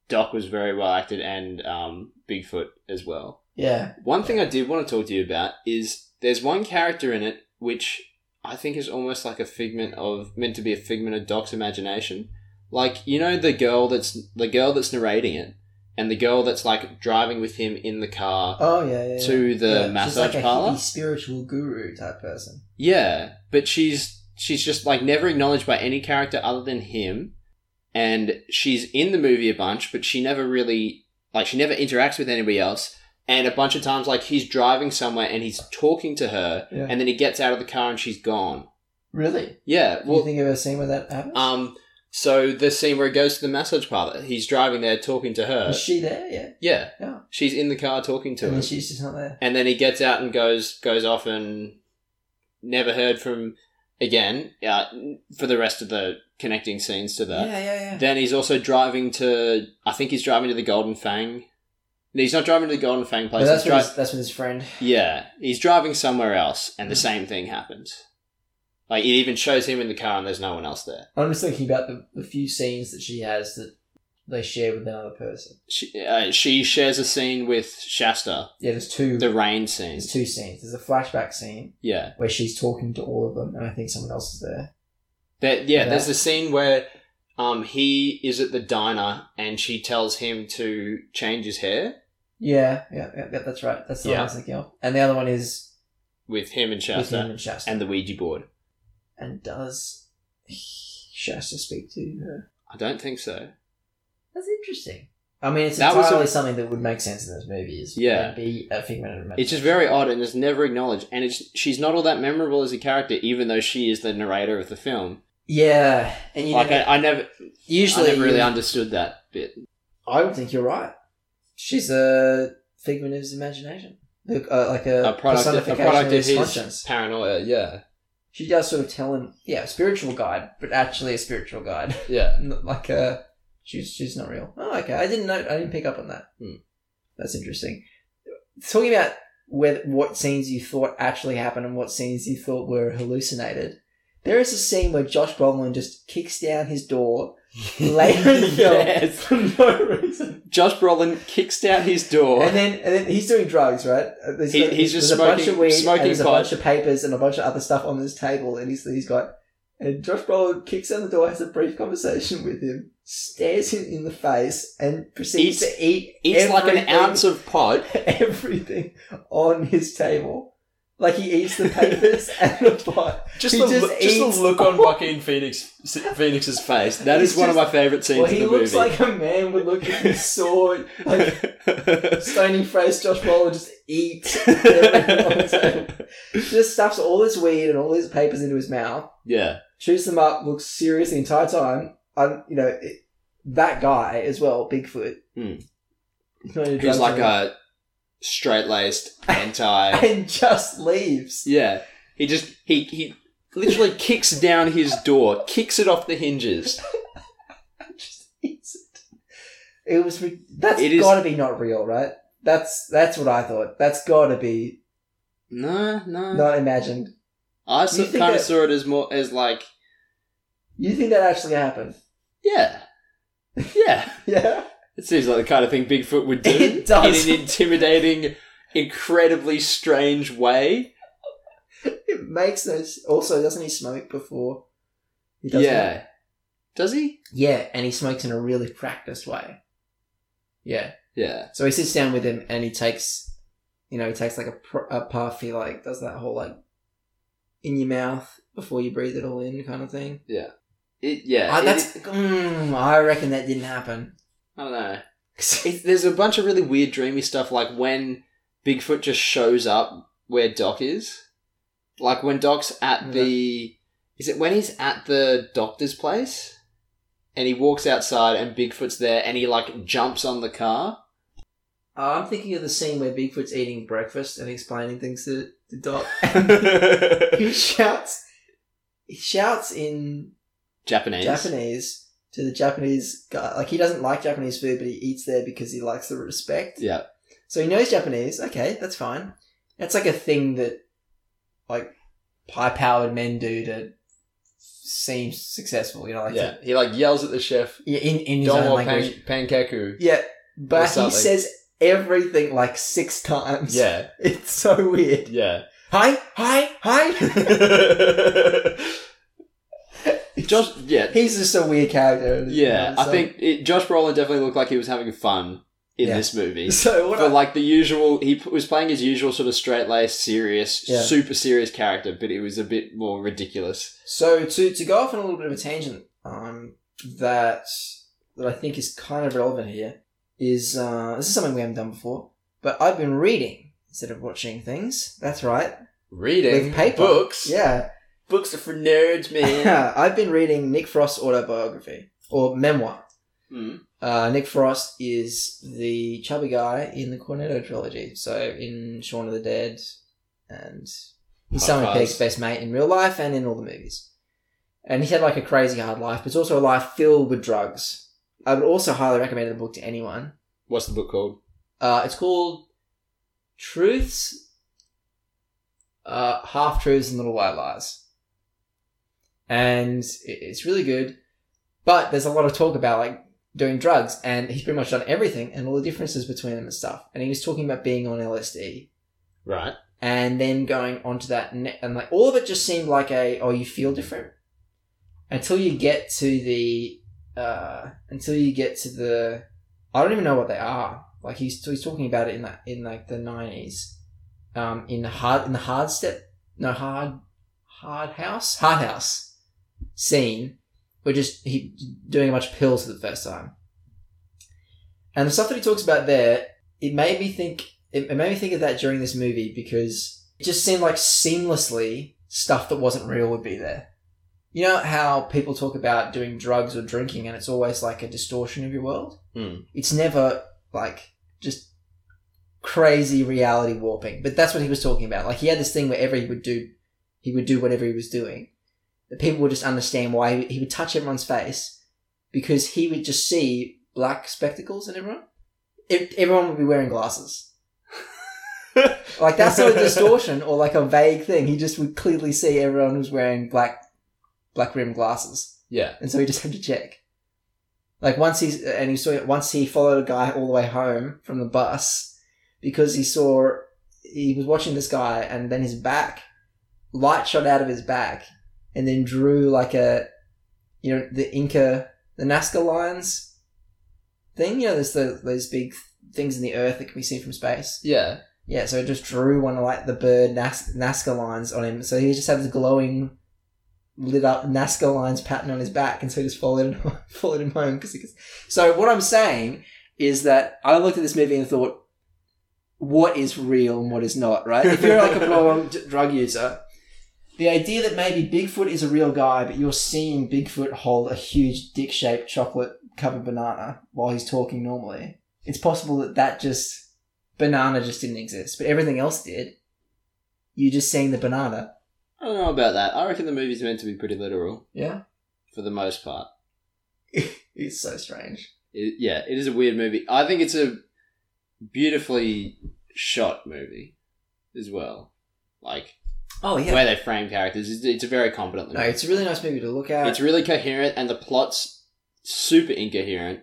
A: Doc was very well acted and um, Bigfoot as well.
B: Yeah,
A: One thing I did want to talk to you about is there's one character in it which I think is almost like a figment of meant to be a figment of Doc's imagination. Like you know the girl that's the girl that's narrating it, and the girl that's like driving with him in the car
B: Oh yeah, yeah. yeah.
A: to the
B: Yeah, she's
A: massage
B: like a
A: parlor.
B: hippie spiritual guru type person.
A: Yeah, but she's she's just like never acknowledged by any character other than him, and she's in the movie a bunch, but she never really like she never interacts with anybody else. And a bunch of times, like he's driving somewhere and he's talking to her,
B: Yeah.
A: and then he gets out of the car and she's gone.
B: Really?
A: Yeah,
B: Do you
A: well,
B: think of a scene where that happens?
A: um, so the scene where he goes to the massage parlor, he's driving there talking to her.
B: Is she there? Yeah.
A: yeah,
B: Yeah.
A: she's in the car talking to
B: And
A: him
B: then she's just not there.
A: and then he gets out and goes goes off and never heard from again uh, for the rest of the connecting scenes to that.
B: Yeah, yeah, yeah.
A: Then he's also driving to I think he's driving to the Golden Fang. No, he's not driving to the Golden Fang
B: But
A: place.
B: that's
A: He's
B: with,
A: dri-
B: his, that's with his friend.
A: yeah, he's driving somewhere else, and the
B: Mm.
A: same thing happens. Like it even shows him in the car, and there's no one else there.
B: I'm just thinking about the, the few scenes that she has that they share with another person.
A: She, uh, she shares a scene with Shasta,
B: Yeah, there's two.
A: the rain scene.
B: there's two scenes. There's a flashback scene
A: Yeah,
B: where she's talking to all of them, and I think someone else is there.
A: That yeah,
B: Yeah.
A: there's a scene where um he is at the diner and she tells him to change his hair
B: Yeah, yeah, yeah, yeah, that's right. That's the one I
A: Yeah.
B: was thinking of. And the other one is
A: with him and
B: with him
A: Shasta
B: and Shasta.
A: and the Ouija board.
B: and does Shasta speak to her?
A: I don't think so.
B: That's interesting. I mean, it's
A: That was
B: entirely
A: a-
B: something that would make sense in this movie. Is
A: Yeah.
B: be a figment of imagination.
A: It's just very odd and it's never acknowledged. And it's she's not all that memorable as a character, even though she is the narrator of the film.
B: yeah, and you
A: Like
B: never-
A: I, I never, I
B: usually um,
A: never really
B: you-
A: understood that bit.
B: I would think you're right. She's a figment of his imagination, Look, uh, like a,
A: A product, a
B: personification
A: product
B: of
A: of
B: his,
A: his
B: conscience.
A: paranoia. Yeah,
B: She does sort of tell him, yeah, spiritual guide, but actually a spiritual guide,
A: yeah.
B: Not like a she's she's not real. Oh, okay, I didn't know, I didn't pick up on that.
A: Hmm.
B: That's interesting. Talking about whether what scenes you thought actually happened and what scenes you thought were hallucinated. There is a scene where Josh Brolin just kicks down his door later in the film
A: Yes.
B: for no reason.
A: Josh Brolin kicks down his door.
B: And then, and then he's doing drugs, right? Uh, There's,
A: He- he's
B: there's
A: just
B: a bunch
A: smoking-
B: of weed,
A: smoking
B: and there's a
A: pot.
B: bunch of papers and a bunch of other stuff on this table, and he's he's got. And Josh Brolin kicks on the door, has a brief conversation with him, stares him in the face, and proceeds
A: Eats-
B: to eat.
A: Eats like an
B: everything-
A: ounce of pot.
B: everything on his table. Like he eats the papers and the pot.
C: Just,
B: He
C: the,
B: just
C: loo- just the
B: eats-
C: look on Joaquin Phoenix, Phoenix's face.
A: That is
B: He's
A: one of
B: just-
A: my favorite scenes
B: Well,
A: in
B: he
A: the
B: looks
A: movie.
B: like a man would look if he saw like stony face Josh Brolin just eat everything on the table. just stuffs all his weed and all his papers into his mouth,
A: yeah,
B: chews them up, looks serious the entire time. I, you know, it, that guy as well, Bigfoot.
A: Hmm.
B: He's not into drugs
A: he's like
B: anymore.
A: a straight-laced anti.
B: and just leaves.
A: yeah, he just he he literally kicks down his door, kicks it off the hinges.
B: Just eats it. It was. Re- that's
A: It is-
B: got to be not real, right? That's that's what I thought. That's got to be
A: No, no.
B: not imagined.
A: I
B: You
A: sort
B: think
A: kind of
B: that-
A: saw it as more as like
B: You think that actually happened?
A: yeah, yeah.
B: Yeah.
A: It seems like the kind of thing Bigfoot would do
B: It does.
A: in an intimidating, incredibly strange way.
B: It makes no. s- Also, doesn't he smoke before? He does
A: yeah, does he?
B: Yeah, and he smokes in a really practiced way. Yeah.
A: Yeah,
B: So he sits down with him and he takes, you know, he takes like a, pr- a puff. He like does that whole like in your mouth before you breathe it all in kind of thing.
A: it, yeah.
B: I,
A: it-
B: that's, mm, I reckon that didn't happen.
A: I don't know. It's, there's a bunch of really weird, dreamy stuff, like when Bigfoot just shows up where Doc is. Like when Doc's at the. Is it when he's at the doctor's place? And he walks outside and Bigfoot's there and he, like, jumps on the car.
B: Uh, I'm thinking of the scene where Bigfoot's eating breakfast and explaining things to the dog. he shouts, he shouts in
A: Japanese.
B: Japanese to the Japanese guy. Like he doesn't like Japanese food, but he eats there because he likes the respect.
A: Yeah.
B: So he knows Japanese. Okay, that's fine. That's like a thing that like high powered men do to seem successful. You know, like
A: yeah. He, like, yells at the chef,
B: yeah, in in his own
A: Domo
B: language.
A: pan- Pankaku.
B: Yeah,
A: Or
B: but he
A: something.
B: says everything like six times.
A: Yeah,
B: it's so weird.
A: yeah.
B: Hi, hi, hi.
A: Josh, yeah,
B: He's just a weird character.
A: Yeah, I
B: So-
A: think it, Josh Brolin definitely looked like he was having fun in
B: Yeah.
A: this movie.
B: So what?
A: But
B: I,
A: like the usual, he p- was playing his usual sort of straight laced, serious,
B: Yeah.
A: super serious character, but it was a bit more ridiculous.
B: so to to go off on a little bit of a tangent, um, that that I think is kind of relevant here is uh, this is something we haven't done before, but I've been reading instead of watching things. That's right.
C: Reading
B: With paper.
C: books.
B: Yeah.
C: Books are for nerds, man.
B: Yeah, I've been reading Nick Frost's autobiography or memoir.
A: Mm.
B: Uh, Nick Frost is the chubby guy in the Cornetto trilogy. So in Shaun of the Dead and
A: Hot
B: he's Simon
A: Fuzz.
B: Pegg's best mate in real life and in all the movies. And he had like a crazy hard life, but it's also a life filled with drugs. I would also highly recommend the book to anyone.
A: What's the book called?
B: Uh, it's called Truths, uh, Half Truths, and Little White Lies. And it- it's really good, but there's a lot of talk about like doing drugs, and he's pretty much done everything and all the differences between them and stuff. And he was talking about being on LSD
A: Right.
B: and then going onto that ne- and like all of it just seemed like a oh you feel different until you get to the uh until you get to the i don't even know what they are like he's he's talking about it in that in like the 90s um in the hard in the hard step no hard hard house hard house scene where just he doing a bunch of pills for the first time and the stuff that he talks about there it made me think it, it made me think of that during this movie because it just seemed like seamlessly stuff that wasn't real would be there. You know how people talk about doing drugs or drinking and it's always like a distortion of your world?
A: Mm.
B: It's never like just crazy reality warping. But that's what he was talking about. Like he had this thing where every he would do he would do whatever he was doing. That people would just understand why he, he would touch everyone's face because he would just see black spectacles in everyone. Ev- everyone would be wearing glasses. Like that's not a distortion or like a vague thing. He just would clearly see everyone was wearing black black rimmed glasses,
A: Yeah.
B: and so he just had to check. Like once he's and he saw once he followed a guy all the way home from the bus because he saw he was watching this guy and then his back light shot out of his back and then drew like a you know the Inca the Nazca lines thing. You know, there's the, those big things in the earth that can be seen from space.
A: Yeah.
B: Yeah, so it just drew one of like the bird Nas- Nazca lines on him. So he just had this glowing, lit up Nazca lines pattern on his back, and so he just followed him, followed him home. Because so what I'm saying is that I looked at this movie and thought, what is real and what is not? Right? If you're like a problem d- drug user, the idea that maybe Bigfoot is a real guy, but you're seeing Bigfoot hold a huge dick-shaped chocolate-covered banana while he's talking normally, it's possible that that just banana just didn't exist, but everything else did. You just seeing the banana.
A: I don't know about that. I reckon the movie's meant to be pretty literal
B: Yeah.
A: for the most part.
B: It's so strange.
A: It, yeah, it is a weird movie. I think it's a beautifully shot movie as well. Like
B: Oh
A: the way they frame characters, it's, it's a very competent.
B: No,
A: movie.
B: it's uh, a really nice movie to look at.
A: it's really coherent, and the plot's super incoherent.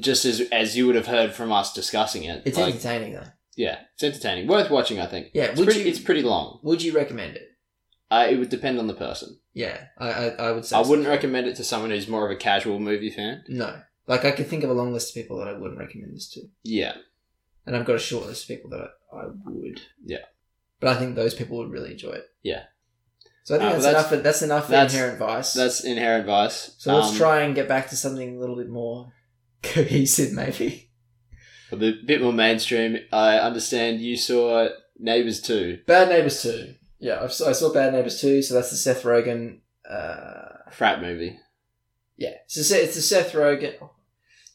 A: Just as as you would have heard from us discussing it,
B: it's
A: Like,
B: entertaining though.
A: yeah, it's entertaining, worth watching. I think
B: Yeah.
A: it's
B: Would
A: pretty,
B: you?
A: it's pretty long.
B: would you recommend it?
A: Uh, it would depend on the person.
B: Yeah, I I, I would say.
A: I
B: so.
A: wouldn't recommend it to someone who's more of a casual movie fan.
B: No, like I could think of a long list of people that I wouldn't recommend this to,
A: Yeah,
B: and I've got a short list of people that I, I would.
A: Yeah.
B: But I think those people would really enjoy it.
A: Yeah.
B: So I think
A: Ah,
B: that's,
A: but that's-
B: enough. For, that's enough for
A: that's-
B: inherent vice.
A: that's inherent vice.
B: so let's
A: Um,
B: try and get back to something a little bit more cohesive, maybe.
A: a bit, bit more mainstream. I understand you saw Neighbours too.
B: Bad Neighbors 2. Yeah, I've, I saw Bad Neighbors 2, so that's the Seth Rogen. Uh,
A: frat movie.
B: yeah, so it's, a- it's the Seth Rogen,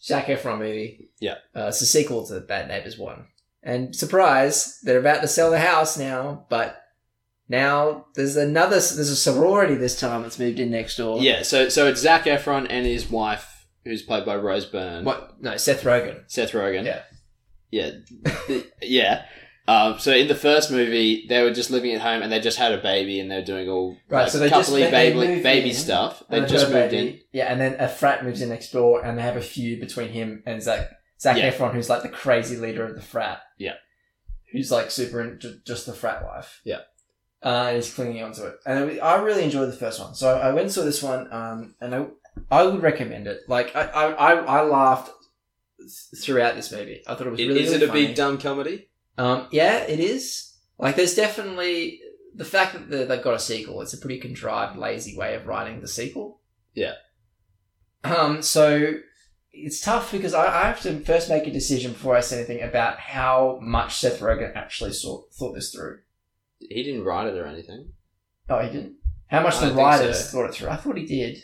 B: Zac Efron movie.
A: Yeah.
B: Uh, it's a sequel to Bad Neighbors 1. And surprise, they're about to sell the house now, but now there's another, there's a sorority this time that's moved in next door.
A: Yeah, so so it's Zach Efron and his wife, who's played by Rose Byrne.
B: What? No, Seth Rogen.
A: Seth Rogen.
B: Yeah.
A: Yeah. Th- yeah. Um, so in the first movie, they were just living at home and they just had a baby and they were doing all
B: Right, so they just-
A: coupley
B: they- they
A: baby,
B: moved
A: baby
B: in,
A: stuff. They
B: And
A: just
B: another
A: moved
B: baby.
A: in.
B: Yeah, and then a frat moves in next door, and they have a feud between him and Zach Zach
A: Yeah.
B: Efron, who's like the crazy leader of the frat.
A: Yeah.
B: who's like super into just the frat life.
A: Yeah.
B: uh, and he's clinging onto it. And it, I really enjoyed the first one, so I went and saw this one, um, and I I would recommend it. Like I I, I, I laughed throughout this movie. I thought it was
C: I-
B: really.
C: is
B: really
C: it a big
B: funny.
C: dumb comedy?
B: Um, yeah, it is. Like, there's definitely the fact that they- they've got a sequel. It's a pretty contrived, lazy way of writing the sequel.
A: Yeah.
B: Um. So it's tough because I, I have to first make a decision before I say anything about how much Seth Rogen actually saw, thought this through.
C: He didn't write it or anything.
B: Oh, he didn't. How much
C: I
B: the
C: don't think
B: writers
C: so.
B: thought it through? I thought he did.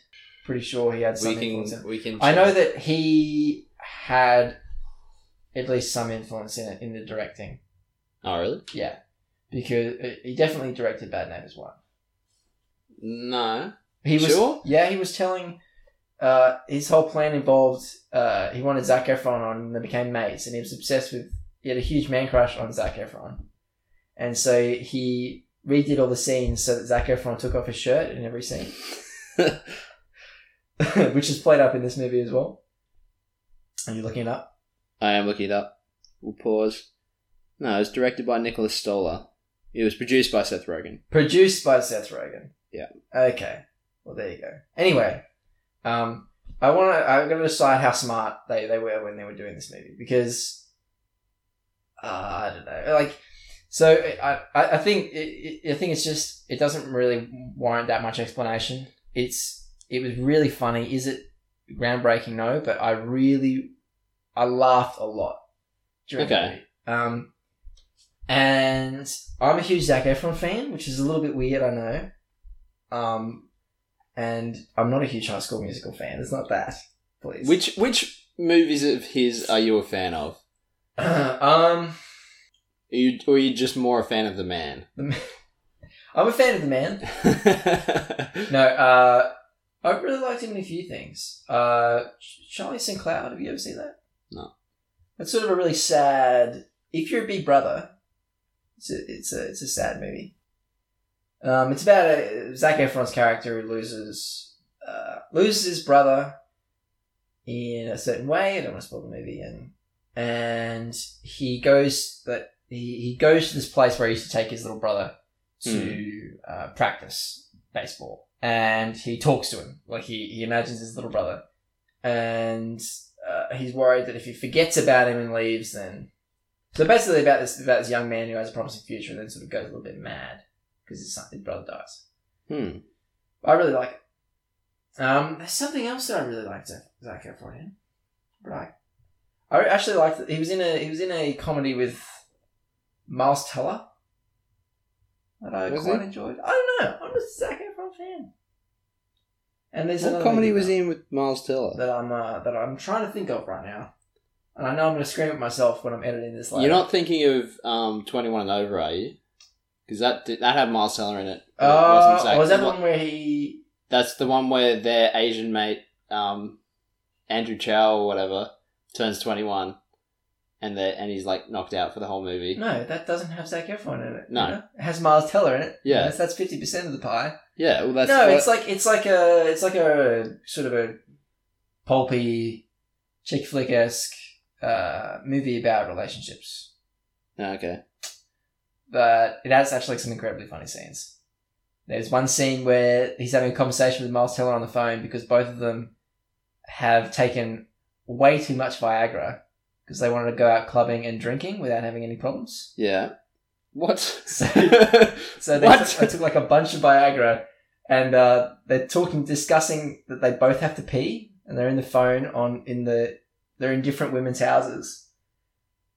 B: Pretty sure he had
C: We
B: some influence.
C: can
B: In it.
C: we can.
B: I know that he had at least some influence in it in the directing.
C: Oh really?
B: Yeah, because uh, he definitely directed Bad Neighbors one.
C: No.
B: He was,
C: Sure?
B: yeah, he was telling. Uh, his whole plan involved uh, he wanted Zac Efron on, and they became mates, and he was obsessed with. He had a huge man crush on Zac Efron, and so he redid all the scenes so that Zac Efron took off his shirt in every scene, which is played up in this movie as well. Are you looking it up?
A: I am looking it up. We'll pause. No, it was directed by Nicholas Stoller. It was produced by Seth Rogen.
B: Produced by Seth Rogen.
A: Yeah.
B: Okay. Well, there you go. Anyway, um, I want to. I'm going to decide how smart they, they were when they were doing this movie because uh, I don't know. Like, so I I I think it, it, I think it's just it doesn't really warrant that much explanation. It's it was really funny. Is it groundbreaking? No, but I really I laughed a lot during the
A: Okay.
B: movie. Um, and I'm a huge Zac Efron fan, which is a little bit weird, I know. Um, and I'm not a huge High School Musical fan. It's not that, please.
A: Which which movies of his are you a fan of?
B: um,
A: Are you, or are you just more a fan of the man?
B: I'm a fan of the man. No, uh, I really liked him in a few things. Uh, Ch- Charlie Sinclair. Have you ever seen that?
A: No.
B: That's sort of a really sad. If you're a Big Brother, it's a it's a, it's a sad movie. Um, it's about a Zac Efron's character who loses uh, loses his brother in a certain way. I don't want to spoil the movie, and and he goes that he, he goes to this place where he used to take his little brother to uh, practice baseball. And he talks to him, like he, he imagines his little brother. And uh, he's worried that if he forgets about him and leaves, then. So basically, about this about this young man who has a promising future and then sort of goes a little bit mad because his, son, his brother dies.
A: Hmm.
B: But I really like it. Um, there's something else that I really liked Zac Zac Efron in. Right. I actually liked that he was in a he was in a comedy with Miles Teller that I
A: Was
B: quite
A: he?
B: enjoyed. I don't know. I'm just a Zac Efron fan. And there's
A: What
B: another
A: comedy
B: movie
A: was
B: now
A: he in with Miles Teller?
B: that I'm uh, that I'm trying to think of right now, and I know I'm going to scream at myself when I'm editing this. Later.
A: You're not thinking of um, 21 and Over, are you? Because that did, that had Miles Teller in it.
B: Oh,
A: and it wasn't Zac-
B: was that the
A: what-
B: one where he?
A: That's the one where their Asian mate, um, Andrew Chow or whatever, turns 21 and they and he's like knocked out for the whole movie.
B: No, that doesn't have Zac Efron in it.
A: No.
B: you know? it has Miles Teller in it.
A: Yeah.
B: Yes, that's fifty percent of the pie.
A: Yeah, well, that's
B: no,
A: what-
B: it's like it's like a it's like a sort of a pulpy chick flick esque uh, movie about relationships,
A: Oh, okay.
B: but it has actually some incredibly funny scenes. There's one scene where he's having a conversation with Miles Teller on the phone because both of them have taken way too much Viagra because they wanted to go out clubbing and drinking without having any problems.
A: Yeah. What?
B: So So they,
A: What?
B: Took, they took like a bunch of Viagra, and uh, they're talking, discussing that they both have to pee, and they're in the phone on in the they're in different women's houses,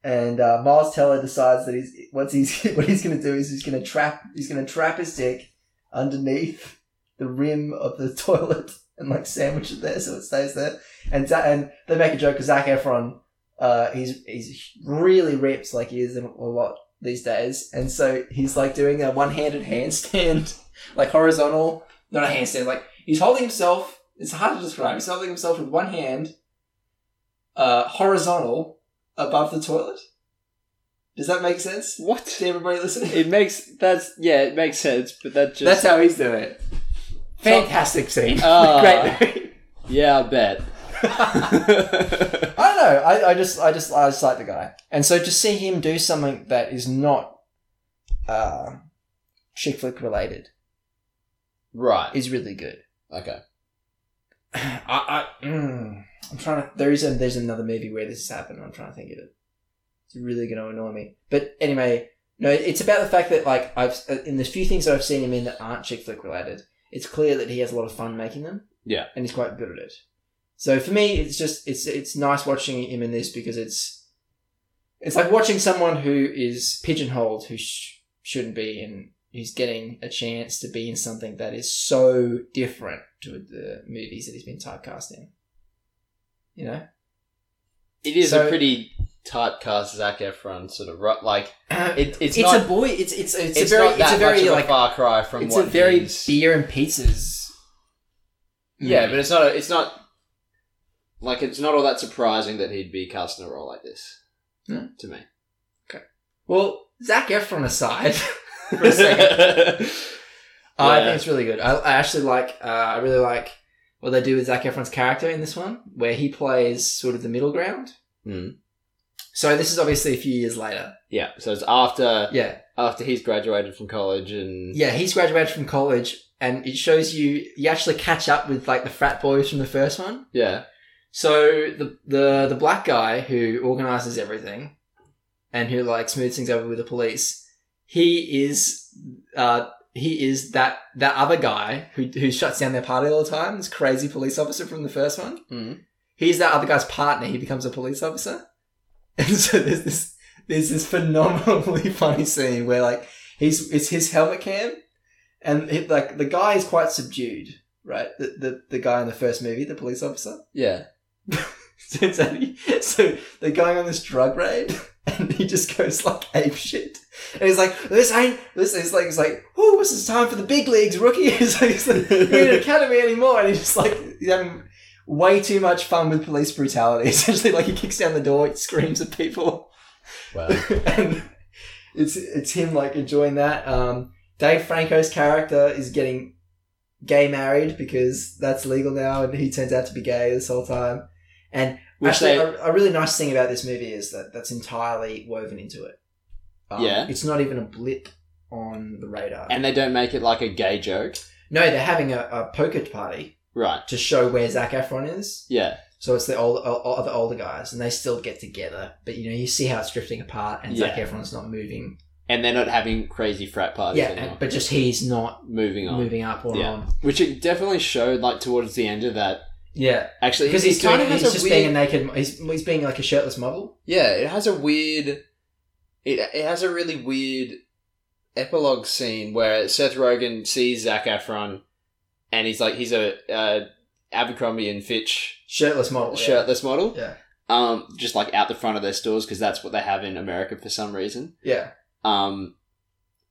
B: and uh, Miles Teller decides that he's what's he's what he's going to do is he's going to trap he's going to trap his dick underneath the rim of the toilet and like sandwich it there so it stays there, and Za- and they make a joke of Zac Efron. Uh, he's he's really ripped like he is a lot these days, and so he's like doing a one-handed handstand, like horizontal, not a handstand. Like he's holding himself. It's hard to describe. He's holding himself with one hand, uh, horizontal above the toilet. Does that make sense
A: What?
B: to everybody listening?
A: It makes that's yeah, it makes sense, but that just
B: That's how he's doing it. Fantastic scene. Uh,
A: Ah.
B: Great. movie.
A: yeah, I bet.
B: I don't know. I, I just I just I just like the guy, and so to see him do something that is not uh, chick flick related
A: right.
B: is really good.
A: Okay.
B: I, I mm. I'm trying to. There is a, there's another movie where this has happened. I'm trying to think of it. It's really going to annoy me. But anyway, no, it's about the fact that like I've uh, in the few things that I've seen him in that aren't chick flick related, it's clear that he has a lot of fun making them.
D: Yeah.
B: and he's quite good at it. So for me, it's just it's it's nice watching him in this because it's it's like watching someone who is pigeonholed who sh- shouldn't be and who's getting a chance to be in something that is so different to the movies that he's been typecast in. You know.
A: It is
B: So-
A: a pretty typecast Zac Efron sort of ru- like
B: It,
A: it, it's,
B: it's
A: not.
B: a boy. It's it's it's,
A: it's,
B: a very
A: not that
B: it's a very
A: much of
B: like
A: a far cry from
B: it's a
A: what
B: very
A: he's-
B: beer and pizzas.
A: Yeah,
B: movie.
A: but it's not. A, it's not like it's not all that surprising that he'd be cast in a role like this.
B: No.
A: To me,
B: well, Zach Efron aside, for
A: for
B: a
A: second.
B: second, Uh, I
A: Yeah.
B: think it's really good. I, I actually like. Uh, I really like what they do with Zac Efron's character in this one, where he plays sort of the middle ground.
A: Mm.
B: So this is obviously a few years later.
A: yeah, so it's after
B: Yeah,
A: after he's graduated from college and
B: yeah. He's graduated from college, and it shows you you actually catch up with like the frat boys from the first one.
A: yeah,
B: So the the the black guy who organizes everything, and who like smooths things over with the police, he is. Uh, he is that that other guy who, who shuts down their party all the time. This crazy police officer from the first one.
A: Mhm.
B: He's that other guy's partner. He becomes a police officer, and so there's this there's this phenomenally funny scene where like he's it's his helmet cam, and it, like the guy is quite subdued, right? The, the the guy in the first movie, the police officer.
A: yeah,
B: So, it's only- so they're going on this drug raid, and he just goes like ape shit, and he's like, "This ain't this." is like, "It's like, oh, this is time for the big leagues, rookie." He's like, he's like, "We ain't an academy anymore," and he's just like he's having way too much fun with police brutality. Essentially, like he kicks down the door, he screams at people,
A: wow,
B: and it's it's him like enjoying that. Um, Dave Franco's character is getting gay married because that's legal now, and he turns out to be gay this whole time. And
D: Which
B: actually, uh,
D: they-
B: a, a really nice thing about this movie is that that's entirely woven into it. Um,
A: Yeah.
B: it's not even a blip on the radar.
A: and they don't make it like a gay joke,
B: no, they're having a, a poker party
A: right?
B: to show where Zac Efron is.
A: Yeah,
B: So it's the old, o- o- the older guys, and they still get together. But you know, you see how it's drifting apart, and Zac Efron's not moving
A: and they're not having crazy frat parties
B: yeah,
A: anymore.
B: and- but just he's not
A: moving on,
B: moving up or
A: Yeah.
B: on.
A: which it definitely showed like towards the end of that.
B: Yeah,
A: Actually,
B: because
A: it-
B: he's
A: it kinda
B: doing, he's
A: has a
B: just
A: weird-
B: being a naked. He's, he's being like a shirtless model.
A: Yeah, it has a weird. It it has a really weird epilogue scene where Seth Rogen sees Zac Efron, and he's like he's a, uh Abercrombie and Fitch
B: Shirtless model. yeah.
A: shirtless model,
B: Yeah,
A: um, just like out the front of their stores because that's what they have in America for some reason.
B: yeah,
A: Um,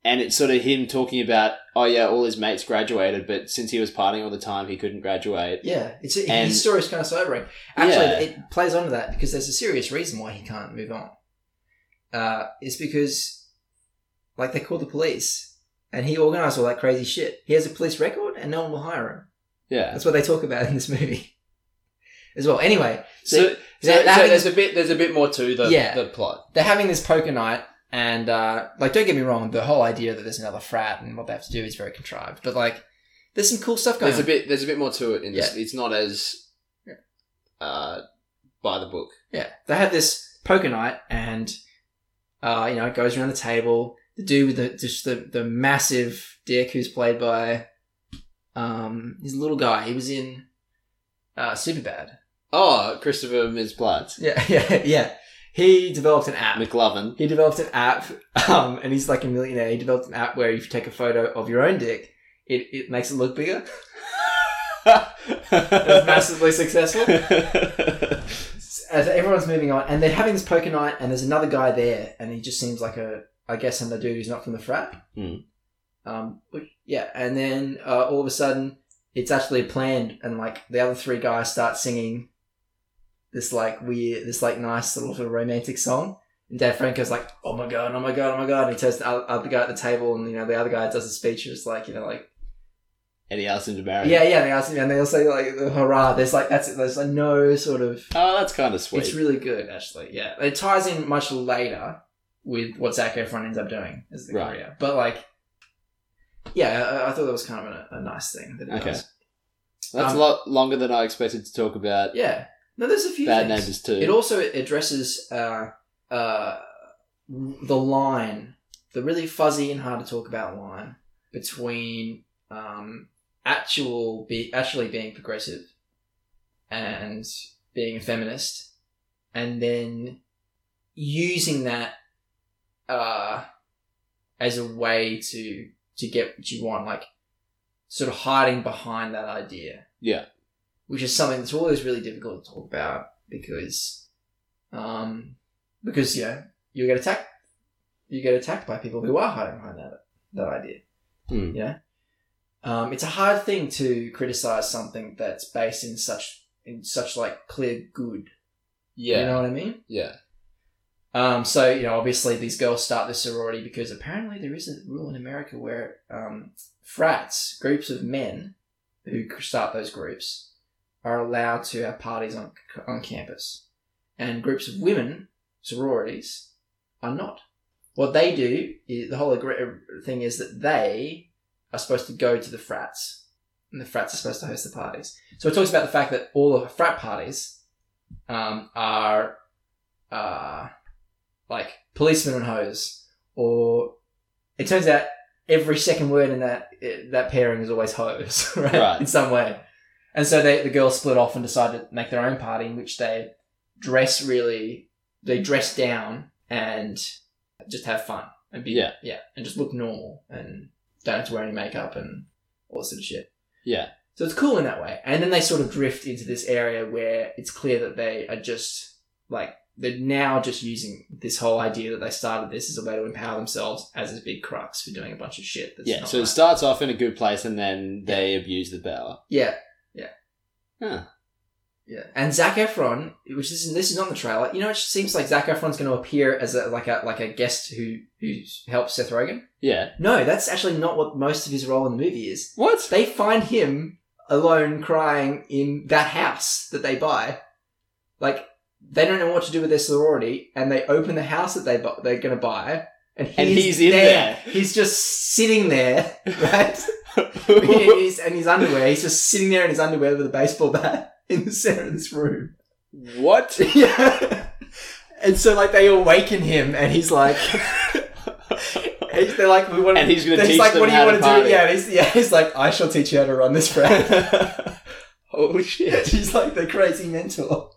A: and it's sort of him talking about, oh yeah, all his mates graduated, but since he was partying all the time, he couldn't graduate.
B: yeah. It's
A: And-
B: his story's kind of sobering. Actually,
A: Yeah.
B: it plays onto that because there's a serious reason why he can't move on. Uh, it's because, like, they called the police, and he organised all that crazy shit. He has a police record, and no one will hire him.
A: Yeah.
B: That's what they talk about in this movie, as well. Anyway,
A: So, so,
B: that-
A: so
B: that
A: there's a bit there's a bit more to the
B: Yeah.
A: the plot.
B: they're having this poker night and uh, like don't get me wrong the whole idea that there's another frat and what they have to do is very contrived but like there's some cool stuff going
A: There's
B: on
A: a bit there's a bit more to it in this. It's not as uh, by the book.
B: yeah they have this poker night and uh, you know it goes around the table the dude with the just the, the massive dick who's played by um he's a little guy he was in uh, Superbad
A: Oh, Christopher Mintz-Platt,
B: yeah yeah yeah he developed an app
A: McLovin.
B: He developed an app, um, and he's like a millionaire. He developed an app where if you take a photo of your own dick, it, it makes it look bigger. It was massively successful. As everyone's moving on, and they're having this poker night, and there's another guy there, and he just seems like a, I guess, another dude who's not from the frat.
A: Hmm.
B: Um, which- yeah, and then uh, all of a sudden, it's actually planned, and like the other three guys start singing this like weird, this like nice little sort of romantic song. And Dave Franco's like, oh my god, oh my god, oh my god. And he turns to the oth- other guy at the table, and you know, the other guy does a speech, and it's like, you know, like,
A: Eddie Allison DeBarry.
B: yeah, yeah. And they ask him, and they also like, hurrah. There's like, that's it. There's like no sort of.
A: Oh, that's kind of sweet.
B: It's really good, actually. Yeah, it ties in much later with what Zac Efron ends up doing as the
A: Right.
B: career. But like, yeah, I, I thought that was kind of a, a nice thing. That it
A: Okay.
B: does.
A: that's
B: um,
A: a lot longer than I expected to talk about.
B: Yeah. No, there's a few
A: Bad
B: things.
A: Neighbors too.
B: It also addresses uh, uh, the line, the really fuzzy and hard to talk about line between um, actual be actually being progressive and being a feminist, and then using that uh, as a way to to get what you want, like sort of hiding behind that idea.
A: Yeah.
B: which is something that's always really difficult to talk about because, um, because yeah, you get attacked, you get attacked by people who are hiding behind that that idea.
A: Hmm.
B: Yeah, um, it's a hard thing to criticize something that's based in such in such like clear good.
C: Yeah.
B: You know what I mean?
C: Yeah.
B: Um, so you know, obviously these girls start this sorority because apparently there is a rule in America where um, frats, groups of men who start those groups, are allowed to have parties on on campus, and groups of women sororities are not. What they do, is, the whole agre- thing is that they are supposed to go to the frats, and the frats are supposed to host the parties. So it talks about the fact that all the frat parties um, are. Uh, like policeman and hose, or it turns out every second word in that that pairing is always hose, right?
A: Right.
B: In some way, and so they the girls split off and decide to make their own party in which they dress really, they dress down and just have fun and be
A: Yeah.
B: yeah and just look normal and don't have to wear any makeup and all that sort of shit.
A: Yeah.
B: So it's cool in that way. And then they sort of drift into this area where it's clear that they are just like they're now just using this whole idea that they started this as a way to empower themselves as this big crux for doing a bunch of shit. That's
A: yeah,
B: not
A: so
B: right.
A: it starts off in a good place and then they abuse the power.
B: yeah, yeah,
A: Huh.
B: yeah. And Zac Efron, which this is this is on the trailer. You know, it seems like Zac Efron's going to appear as a like a like a guest who who helps Seth Rogen.
A: Yeah.
B: No, that's actually not what most of his role in the movie is.
A: What?
B: They find him alone crying in that house that they buy. Like, they don't know what to do with their sorority, and they open the house that they bu- they're going to buy, and he's,
A: And he's in there.
B: He's just sitting there, right? in his, in his underwear. He's just sitting there in his underwear with a baseball bat in the center of this room.
A: what?
B: yeah. And so, like, they awaken him, and he's like, they're like, we want to
A: and he's going to
B: he's
A: teach
B: like,
A: them
B: what do you
A: how
B: want
A: to
B: to do?
A: party.
B: Yeah, and he's, yeah, he's like, I shall teach you how to run this brand.
A: Holy shit.
B: She's like the crazy mentor.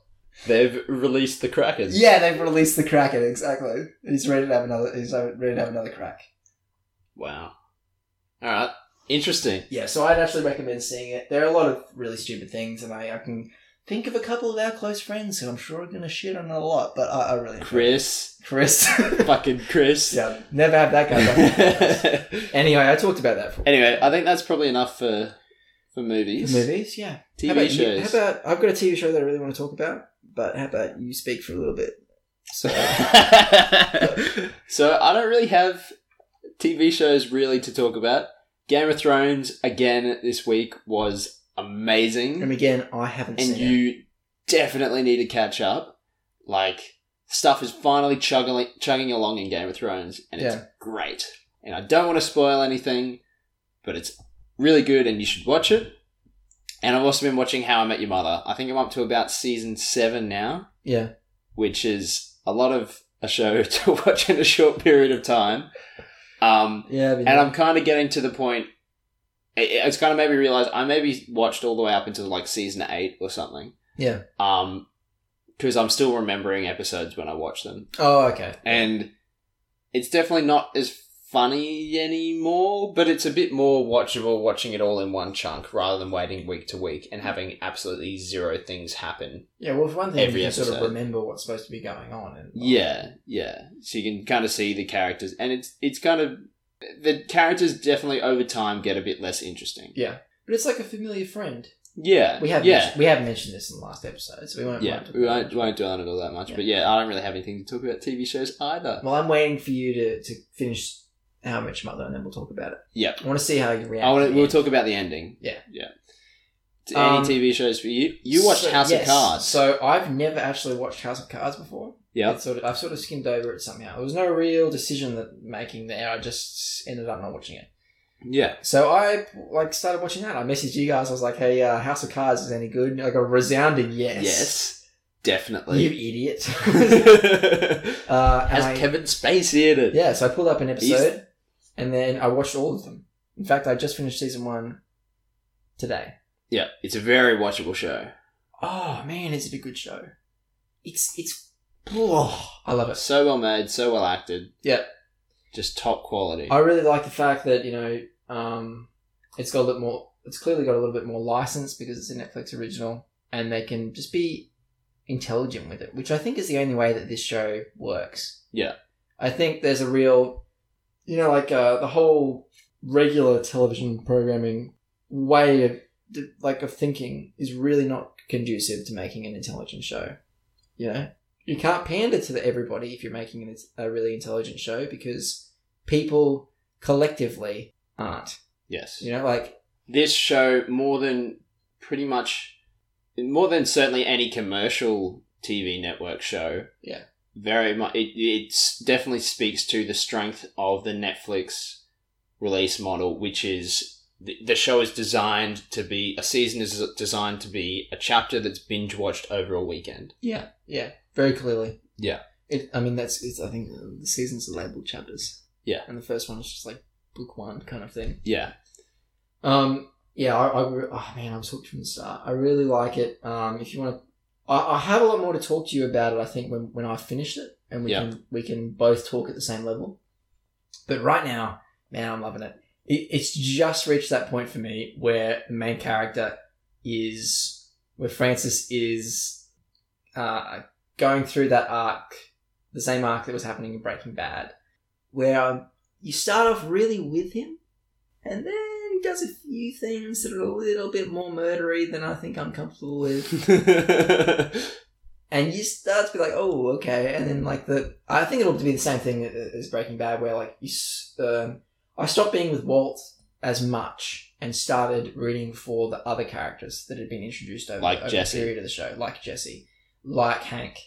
C: They've released the Krakens.
B: Yeah, they've released the Kraken exactly. He's ready to have another. He's ready to have another crack.
A: Wow. All right. Interesting.
B: Yeah, so I'd actually recommend seeing it. There are a lot of really stupid things, and I, I can think of a couple of our close friends who I'm sure are going to shit on it a lot. But I, I really
A: Chris.
B: Chris.
A: Fucking Chris.
B: yeah, never have that guy. back on the podcast. anyway, I talked about that for
A: anyway, I think that's probably enough for for movies.
B: movies. Yeah,
A: TV
B: how about you-
A: shows.
B: how about I've got a TV show that I really want to talk about, but how about you speak for a little bit? So
A: so I don't really have TV shows really to talk about. Game of Thrones again this week was amazing.
B: and again, I haven't
A: and
B: seen it.
A: you definitely need to catch up. Like stuff is finally chugging chugging along in Game of Thrones, and it's
B: Yeah.
A: great. And I don't want to spoil anything, but it's really good, and you should watch it. And I've also been watching How I Met Your Mother. I think I'm up to about season seven now,
B: Yeah,
A: which is a lot of a show to watch in a short period of time. Um,
B: yeah, I mean,
A: and I'm kind of getting to the point. It, it- it's kind of made me realize I maybe watched all the way up into like season eight or something.
B: Yeah.
A: Um, because I'm still remembering episodes when I watch them,
B: oh, okay.
A: and it's definitely not as funny anymore.
C: But it's a bit more watchable watching it all in one chunk rather than waiting week to week and having absolutely zero things happen.
B: Yeah, well, for one thing,
C: Every
B: you can sort
C: episode.
B: of remember what's supposed to be going on. And
A: Yeah, yeah. So you can kind of see the characters, and it's it's kind of the characters definitely over time get a bit less interesting.
B: but it's like a familiar friend.
A: Yeah,
B: We have
A: yeah.
B: mentioned, we have mentioned this in the last episode, so we won't.
A: Yeah,
B: won't talk
A: we
B: about
A: won't,
B: it.
A: won't dwell on it all that much,
B: Yeah.
A: but yeah, I don't really have anything to talk about TV shows either.
B: Well, I'm waiting for you to, to finish how much mother, and then we'll talk about it.
A: Yep.
B: I want to see how you react.
A: I want
B: to
A: to,
B: the
A: we'll
B: end.
A: talk about the ending.
B: Yeah.
A: Yeah. T-
B: Um,
A: Any TV shows for you? You watched
B: So-
A: House
B: yes.
A: of Cards.
B: So I've never actually watched House of Cards before.
A: Yeah.
B: It's sort of, I've sort of skimmed over it somehow. There was no real decision that making there. I just ended up not watching it.
A: yeah.
B: So I like started watching that. I messaged you guys. I was like, "Hey, uh, House of Cards is any good?" And I got a resounding yes.
A: Yes.
B: You
A: Definitely.
B: idiot.
A: Has
B: uh, and I-
A: Kevin Spacey in it?
B: Yeah, so I pulled up an
A: He's-
B: episode and then I watched all of them. In fact, I just finished season one today.
A: Yeah, it's a very watchable show.
B: Oh man, is it a good show? It's it's. Oh, I love it.
A: So well made, so well acted.
B: Yeah.
A: Just top quality.
B: I really like the fact that you know um, it's got a little more. It's clearly got a little bit more license because it's a Netflix original, and they can just be intelligent with it, which I think is the only way that this show works.
A: Yeah.
B: I think there's a real, you know, like uh, the whole regular television programming way of like of thinking is really not conducive to making an intelligent show. You know, you can't pander to the everybody if you're making an, a really intelligent show because people collectively aren't.
A: yes.
B: You know, like
A: This show, more than pretty much, more than certainly any commercial TV network show.
B: Yeah.
A: Very much. It it's definitely speaks to the strength of the Netflix release model, which is the, the show is designed to be a season is designed to be a chapter that's binge watched over a weekend.
B: yeah, yeah, very clearly.
A: Yeah.
B: It, I mean, that's it's. I think uh, the seasons are labeled chapters.
A: Yeah.
B: and the first one is just like book one kind of thing.
A: Yeah.
B: Um, yeah, I, I re- oh man, I was hooked from the start. I really like it. Um, if you want to, I, I have a lot more to talk to you about it. I think when when I finished it, and we
A: Yeah.
B: can we can both talk at the same level. But right now, man, I'm loving it. it. It's just reached that point for me where the main character is where Francis is uh, going through that arc, the same arc that was happening in Breaking Bad, where um, you start off really with him, and then he does a few things that are a little bit more murdery than I think I'm comfortable with and you start to be like, oh, okay. And
A: Mm.
B: then like the, I think it'll be the same thing as Breaking Bad, where like you, s- um, I stopped being with Walt as much and started rooting for the other characters that had been introduced over,
A: Like
B: over
A: Jesse.
B: the period of the show, like Jesse, like Hank,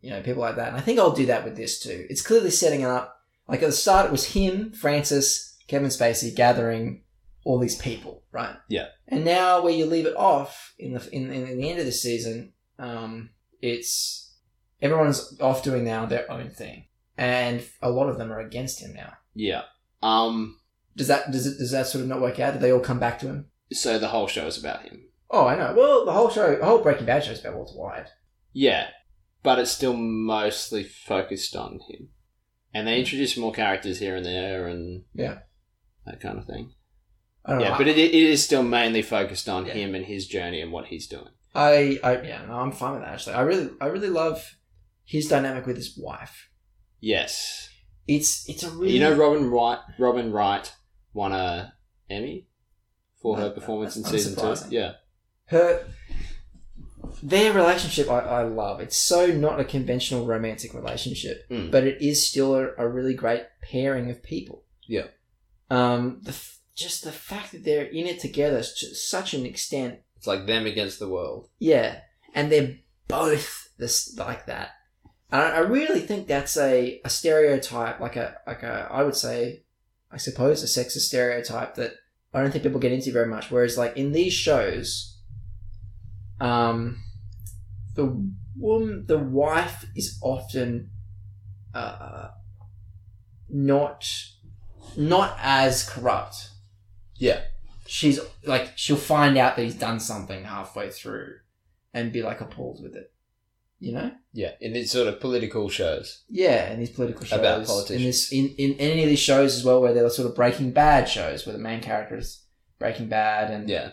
B: you know, people like that. And I think I'll do that with this too. It's clearly setting it up. Like at the start, it was him, Francis, Kevin Spacey gathering all these people, right?
A: Yeah.
B: And now where you leave it off in the in, in the end of the season, um, it's everyone's off doing now their own thing, and a lot of them are against him now.
A: yeah. Um.
B: Does that does it does that sort of not work out? Do they all come back to him?
A: So the whole show is about him.
B: Oh, I know. Well, the whole show, the whole Breaking Bad show is about Walter White.
A: Yeah, but it's still mostly focused on him. And they introduce more characters here and there and
B: Hmm. Yeah.
A: that kind of thing.
B: I don't know.
A: Yeah, but it, it is still mainly focused on
B: Yeah.
A: him and his journey and what he's doing.
B: I, I yeah, no, I'm fine with that. Actually, I really, I really love his dynamic with his wife.
A: Yes,
B: It's it's a really
A: you know Robin Wright. Robin Wright won a Emmy for her
B: No,
A: performance in
B: that's
A: season
B: unsurprising.
A: two. Yeah,
B: her their relationship I, I love it's so not a conventional romantic relationship
A: Mm.
B: but it is still a, a really great pairing of people
A: Yeah.
B: um the, f- just the fact that they're in it together to such an extent
C: It's like them against the world.
B: yeah and they're both this like that and I, I really think that's a, a stereotype like a like a I would say I suppose a sexist stereotype that I don't think people get into very much whereas like in these shows um the woman the wife is often uh not not as corrupt
C: Yeah.
B: she's like she'll find out that he's done something halfway through and be like appalled with it you know
C: Yeah, in these sort of political shows.
B: yeah, and these political shows
C: About
B: In,
C: politicians.
B: this, in in any of these shows as well, where they're sort of Breaking Bad shows, where the main character is Breaking Bad, and
C: Yeah.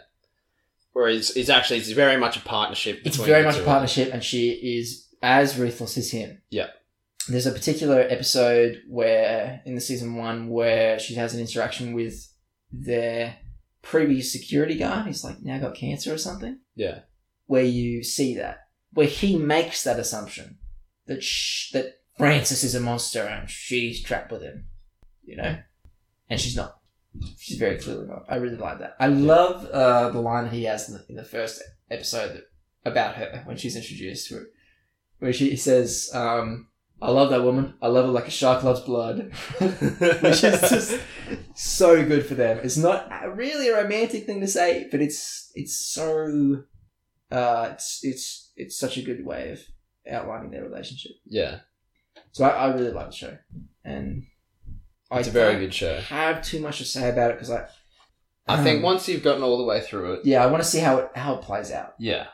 C: Whereas it's actually it's very much a partnership.
B: it's
C: between
B: very
C: the
B: much
C: two
B: a
C: of them.
B: partnership, and she is as ruthless as him.
C: Yeah.
B: There's a particular episode where in the season one where she has an interaction with their previous security guard who's like now got cancer or something.
C: Yeah.
B: Where you see that, where he makes that assumption that sh- that Francis is a monster and she's trapped with him, you know, and she's not. She's very clearly not. I really like that. I love uh, the line that he has in the, in the first episode that about her when she's introduced, where, where she says, um, "I love that woman. I love her like a shark loves blood," which is just so good for them. It's not really a romantic thing to say, but it's it's so uh, it's it's it's such a good way of outlining their relationship.
A: Yeah,
B: So I, I really like the show, and
A: it's
B: a
A: a very good show.
B: Have too much to say about it because I,
A: I think
B: Um,
A: once you've gotten all the way through it,
B: yeah, I want to see how it how it plays out.
A: yeah,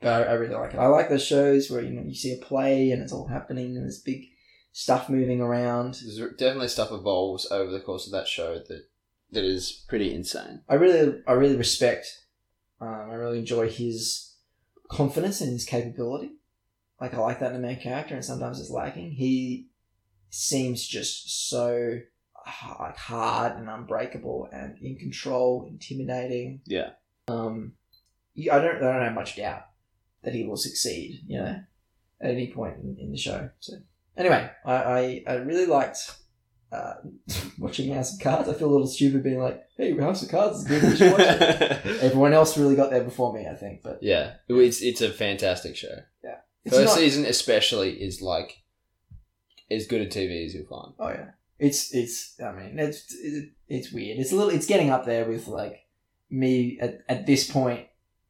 B: But I, I really like it. I like those shows where you know you see a play and it's all happening and there's big stuff moving around.
A: there's definitely stuff evolves over the course of that show that that is pretty insane.
B: I really I really respect. Um, I really enjoy his confidence and his capability. Like I like that in a main character, and sometimes it's lacking. He seems just so h- like hard and unbreakable and in control, intimidating.
E: Yeah.
B: Um, you, I don't I don't have much doubt that he will succeed. You know, at any point in, in the show. So anyway, I I, I really liked. Uh, watching House of Cards, I feel a little stupid being like, "Hey, House of Cards is good." You should watch it. Everyone else really got there before me, I think. But
A: yeah, it's it's a fantastic show.
B: it's
A: First
B: not-
A: season especially is like as good a TV as you'll find.
B: Oh yeah, it's it's. I mean, it's it- it's weird. It's a little. It's getting up there with like me at, at this point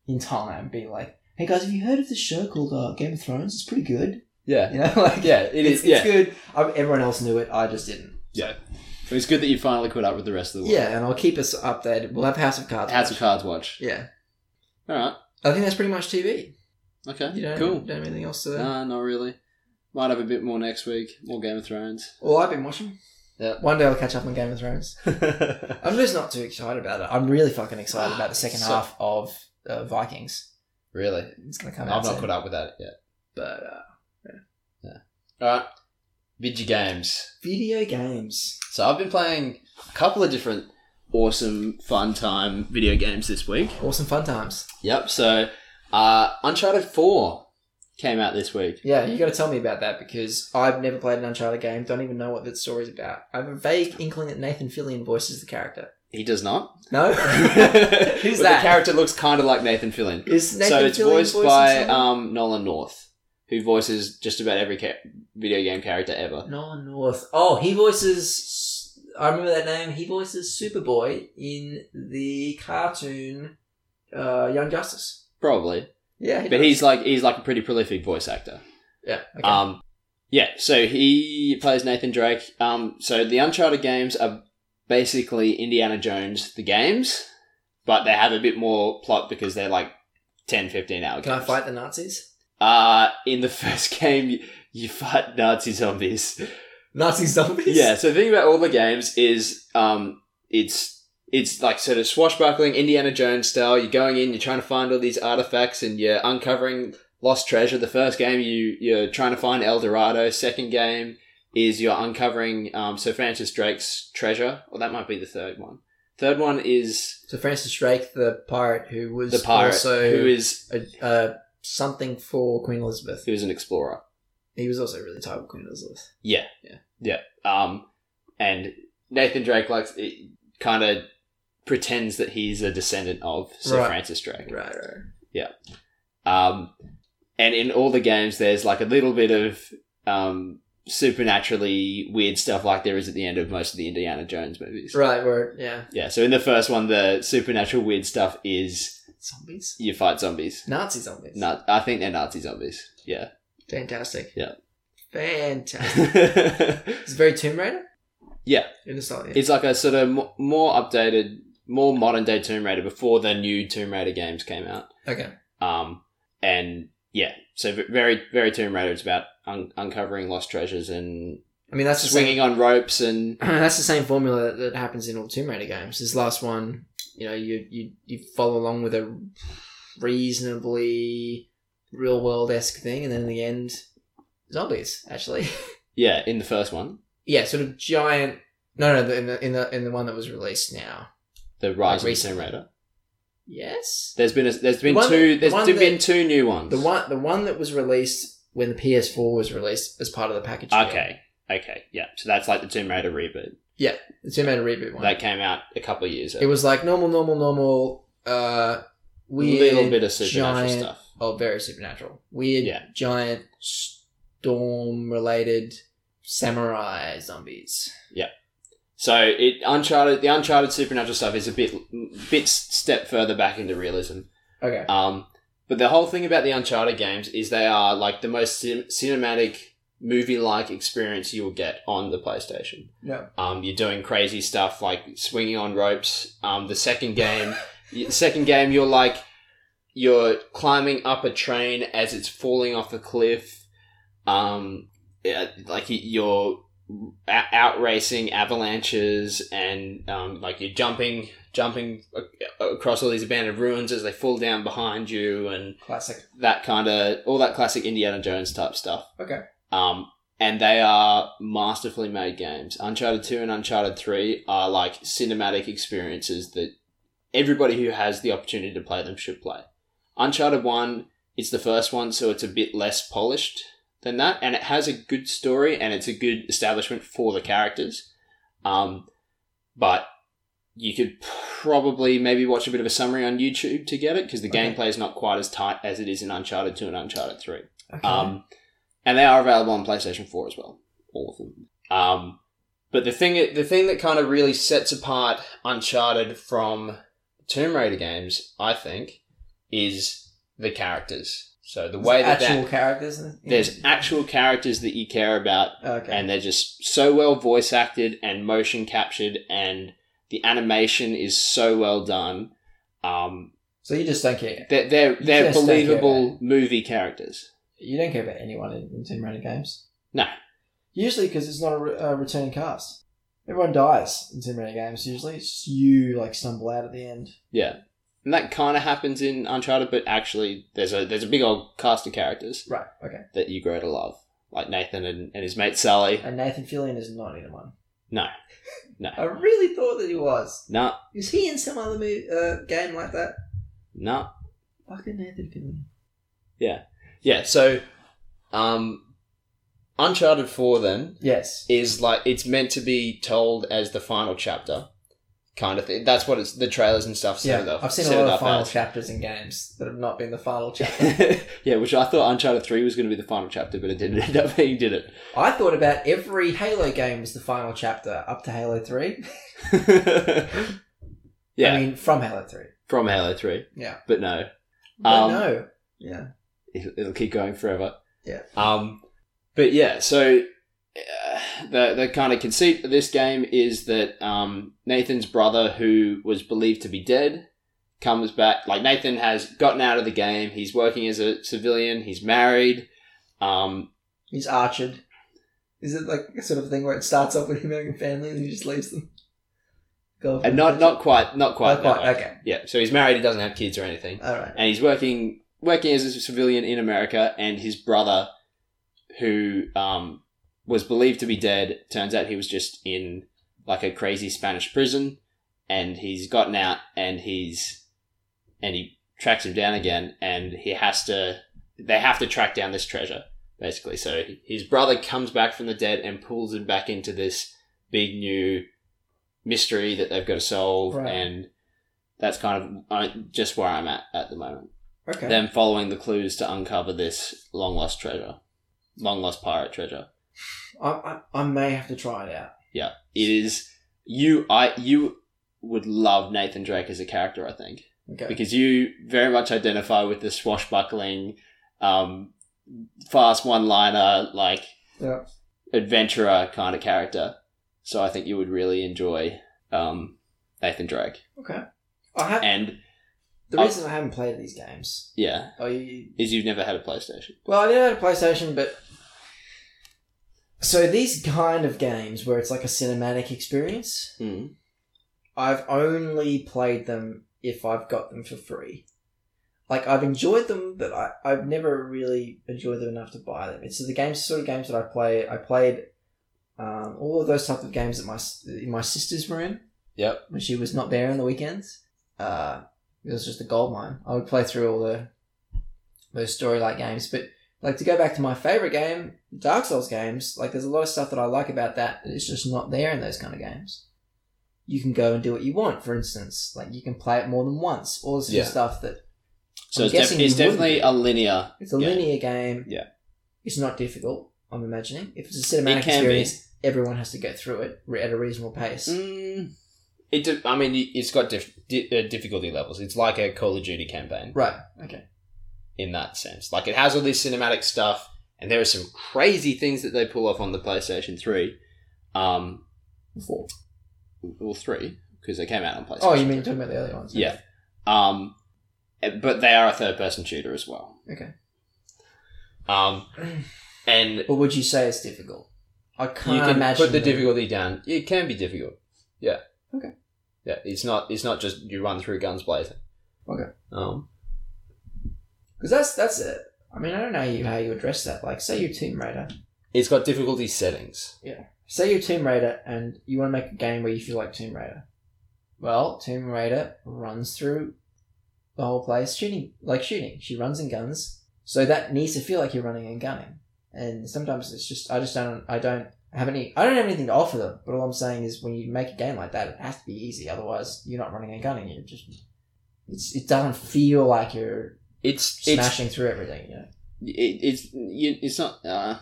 B: in time being like, "Hey guys, have you heard of this show called uh, Game of Thrones? It's pretty good."
A: Yeah,
B: You know, like
A: yeah, it is.
B: it's, it's
A: Yeah,
B: good. I, everyone else knew it. I just didn't.
E: But it's good that you finally caught up with the rest of the world.
B: Yeah, and I'll keep us updated. We'll have House of Cards.
E: House of Cards watch.
B: Yeah,
E: All right.
B: I think that's pretty much TV.
E: Okay.
B: You don't,
E: cool.
B: you don't have anything else to.
E: Nah, not really. Might have a bit more next week. More Game of Thrones.
B: Well, I've been watching.
A: Yeah.
B: One day I'll catch up on Game of Thrones.
E: yeah.
B: I'm just not too excited about it. I'm really fucking excited about the second
A: Ah, So-
B: half of uh, Vikings.
A: really.
B: It's gonna
A: I've
B: come out.
A: not
B: soon.
A: caught up with that yet.
B: But uh,
A: All right, video games.
B: video games.
A: So I've been playing a couple of different awesome, fun time video games this week.
B: Awesome fun times.
A: Yep. So uh, Uncharted Four came out this week.
B: Yeah, you got to tell me about that because I've never played an Uncharted game. Don't even know what that story's about. I have a vague inkling that Nathan Fillion voices the character.
A: He does not.
B: No,
A: Who's
B: that?
A: The character looks kind of like Nathan Fillion.
B: is Nathan
A: so it's
B: Fillion
A: voiced
B: voicing
A: by
B: someone?
A: um, Nolan North, who voices just about every ca- video game character ever.
B: Nolan North. Oh, he voices. I remember that name. He voices Superboy in the cartoon uh, Young Justice.
A: Probably,
B: Yeah, he
A: but
B: does.
A: he's like he's like a pretty prolific voice actor.
B: yeah. Okay.
A: Um, yeah, so he plays Nathan Drake. Um, so the Uncharted games are basically Indiana Jones the games, but they have a bit more plot because they're like 10, 15 hour
B: Can I
A: games.
B: fight the Nazis?
A: Uh, in the first game, you, you fight Nazi zombies.
B: Nazi zombies.
A: Yeah, so the thing about all the games is um, it's it's like sort of swashbuckling Indiana Jones style. You're going in, you're trying to find all these artifacts, and you're uncovering lost treasure. The first game, you you're trying to find El Dorado. Second game is you're uncovering um, Sir Francis Drake's treasure. Or that might be the third one. Third one is
B: So Francis Drake, the pirate who was
A: the pirate,
B: also
A: who is
B: a, uh, something for Queen Elizabeth.
A: who is an explorer.
B: He was also really tied with Queen Elizabeth.
A: Yeah,
B: Yeah.
A: yeah. Um, and Nathan Drake likes kind of pretends that he's a descendant of Sir
B: Right.
A: Francis Drake.
B: Right, right.
A: Um, and in all the games, there's like a little bit of um, supernaturally weird stuff, like there is at the end of most of the Indiana Jones movies.
B: Right, where, yeah.
A: Yeah, so in the first one, the supernatural weird stuff is
B: Zombies?
A: you fight zombies.
B: Nazi zombies.
A: Na- I think they're Nazi zombies. Yeah.
B: Fantastic.
A: Yeah.
B: Fantastic.
A: it's
B: it's very Tomb Raider?
A: Yeah.
B: In the style, yeah.
A: like a sort of mo- more updated, more modern day Tomb Raider before the new Tomb Raider games came out.
B: okay.
A: Um, and yeah, so v- very, very Tomb Raider. It's about un- uncovering lost treasures and
B: I mean, that's the same,
A: swinging on ropes and
B: that's the same formula that, that happens in all Tomb Raider games. This last one, you know, you, you, you follow along with a reasonably real world esque thing, and then in the end, zombies, actually.
A: yeah in the first one
B: yeah, sort of giant. No, no, the- in the in the in the one that was released now.
A: the rise
B: Like
A: of the Tomb
B: recently.
A: Raider
B: Yes,
A: there's been a, there's been
B: one
A: two
B: that-
A: there's
B: one
A: been been
B: that-
A: two new ones
B: the one the one that was released when the PS4 was released as part of the package. deal.
A: okay okay yeah so that's like the Tomb Raider reboot
B: the Tomb Raider reboot one.
A: that came out a couple of years ago
B: it was like normal, normal, normal. Uh, weird,
A: little bit of supernatural
B: giant,
A: stuff
B: Oh, very supernatural. Weird,
A: Yeah.
B: giant storm related samurai zombies.
A: so it Uncharted the Uncharted supernatural stuff is a bit bit step further back into realism
B: Okay,
A: um But the whole thing about the Uncharted games is they are like the most cin- cinematic movie-like experience you will get on the PlayStation.
B: Yeah.
A: Um, you're doing crazy stuff like swinging on ropes. Um, the second game, y- second game, you're like you're climbing up a train as it's falling off a cliff. Um, yeah, like y- you're a- out racing avalanches and um, like you're jumping, jumping a- across all these abandoned ruins as they fall down behind you and
B: Classic.
A: that kind of all that classic Indiana Jones type stuff.
B: Okay.
A: Um, and they are masterfully made games. Uncharted Two and Uncharted Three are like cinematic experiences that everybody who has the opportunity to play them should play. Uncharted One, it's the first one, so it's a bit less polished than that, and it has a good story and it's a good establishment for the characters. Um, but you could probably maybe watch a bit of a summary on YouTube to get it because the
B: Okay.
A: gameplay is not quite as tight as it is in Uncharted Two and Uncharted Three.
B: Okay.
A: Um, and they are available on PlayStation Four as well, all of them. Um, but the thing, the thing that kind of really sets apart Uncharted from Tomb Raider games, I think, is the characters. So the way that,
B: actual
A: that
B: characters. in- in-
A: there's actual characters that you care about,
B: okay.
A: and they're just so well voice acted and motion captured, and the animation is so well done. Um,
B: so you just don't care.
A: they're they're,
B: You
A: they're
B: just don't care
A: believable
B: about
A: movie characters.
B: You don't care about anyone in, in Tomb Raider games.
A: No,
B: Usually because it's not a, re- a returning cast. Everyone dies in Tomb Raider games. Usually it's just you like stumble out at the end.
A: And that kind of happens in Uncharted, but actually, there's a there's a big old cast of characters
B: Right. Okay.
A: that you grow to love, like Nathan and, and his mate Sally.
B: And Nathan Fillion is not in one.
A: No, no,
B: I really thought that he was.
A: no,
B: Is he in some other movie, uh, game like that?
A: no.
B: Fucking Nathan Fillion.
A: Yeah. So, um, Uncharted Four then
B: Yes.
A: is like it's meant to be told as the final chapter, kind of thing. That's what it's the trailers and stuff. set it
B: yeah,
A: up-
B: I've seen
A: set
B: a
A: it
B: lot of
A: up
B: final
A: as.
B: chapters in games that have not been the final chapter.
A: yeah, which I thought Uncharted Three was going to be the final chapter, but it didn't end up being, did
B: I thought about every Halo game was the final chapter up to Halo 3.
A: it? yeah,
B: I mean, from Halo 3.
A: from Halo Three.
B: Yeah.
A: but no,
B: But
A: Um,
B: no. Yeah.
A: it'll, it'll keep going forever.
B: Yeah.
A: Um, but yeah, so uh, the the kind of conceit of this game is that um, Nathan's brother, who was believed to be dead, comes back. Like Nathan has gotten out of the game. He's working as a civilian. He's married. Um,
B: He's archered. Is it like a sort of thing where it starts off with him having a family and he just leaves them? Go
A: and not not quite not quite,
B: Not
A: that
B: quite,
A: way.
B: okay. Uh,
A: Yeah. So he's married. He doesn't have kids or anything.
B: All right.
A: and he's working working as a civilian in America. And his brother, who um, was believed to be dead, turns out he was just in like a crazy Spanish prison, and he's gotten out, and he's and he tracks him down again, and he has to. They have to track down this treasure, basically. So his brother comes back from the dead and pulls him back into this big new mystery that they've got to solve,
B: Right.
A: and that's kind of uh, just where I'm at at the moment.
B: Okay.
A: Them following the clues to uncover this long lost treasure, long lost pirate treasure.
B: I, I, I may have to try it out.
A: It is you. I you would love Nathan Drake as a character. I think
B: Okay.
A: because you very much identify with the swashbuckling, um, fast one liner like
B: Yeah.
A: adventurer kind of character. So I think you would really enjoy um, Nathan Drake.
B: Okay. I have,
A: And
B: the reason I haven't played these games,
A: yeah,
B: oh, you,
A: is you've never had a PlayStation.
B: Well, I never had a PlayStation, but so these kind of games where it's like a cinematic experience,
A: Mm.
B: I've only played them if I've got them for free. Like I've enjoyed them, but I, I've never really enjoyed them enough to buy them. It's the games sort of games that I play. I played um, all of those type of games that my s- my sisters were in
A: Yep.
B: when she was not there on the weekends. Uh, it was just a gold mine. I would play through all the those story like games, but like to go back to my favorite game, Dark Souls games. Like there's a lot of stuff that I like about that that is just not there in those kind of games. You can go and do what you want. For instance, like you can play it more than once. All this sort of
A: Yeah.
B: stuff that
A: So
B: I'm
A: it's, def-
B: guessing
A: it's
B: you wouldn't
A: definitely
B: be.
A: a linear.
B: it's a
A: Yeah.
B: linear game.
A: Yeah.
B: it's not difficult. I'm imagining if it's a cinematic
A: It can be.
B: experience, everyone has to go through it re- at a reasonable pace.
A: Mm, it. De- I mean, it- it's got dif- di- uh, difficulty levels. It's like a Call of Duty campaign.
B: Right. Okay.
A: in that sense. Like it has all this cinematic stuff, and there are some crazy things that they pull off on the PlayStation Three, um,
B: Four.
A: or three because they came out on PlayStation.
B: Oh, you mean
A: 3.
B: talking about the early ones?
A: Yeah. Um, but they are a third-person shooter as well.
B: Okay.
A: Um, and
B: But would you say it's difficult? I can't
A: you can
B: imagine
A: put the
B: that-
A: difficulty down. It can be difficult. Yeah.
B: Okay.
A: Yeah, it's not. It's not just you run through guns blazing.
B: Okay.
A: Um.
B: Because that's that's it. I mean, I don't know you how you address that. Like, say you're Tomb Raider.
A: It's got difficulty settings.
B: Say you're Tomb Raider and you want to make a game where you feel like Tomb Raider. Well, Tomb Raider runs through the whole place shooting, like shooting. She runs and guns, so that needs to feel like you're running and gunning. And sometimes it's just I just don't I don't have any I don't have anything to offer them. But all I'm saying is when you make a game like that, it has to be easy. Otherwise, you're not running and gunning. You're just it's it doesn't feel like you're
A: It's it's
B: smashing through everything. You know.
A: it, it's you, it's not. Uh,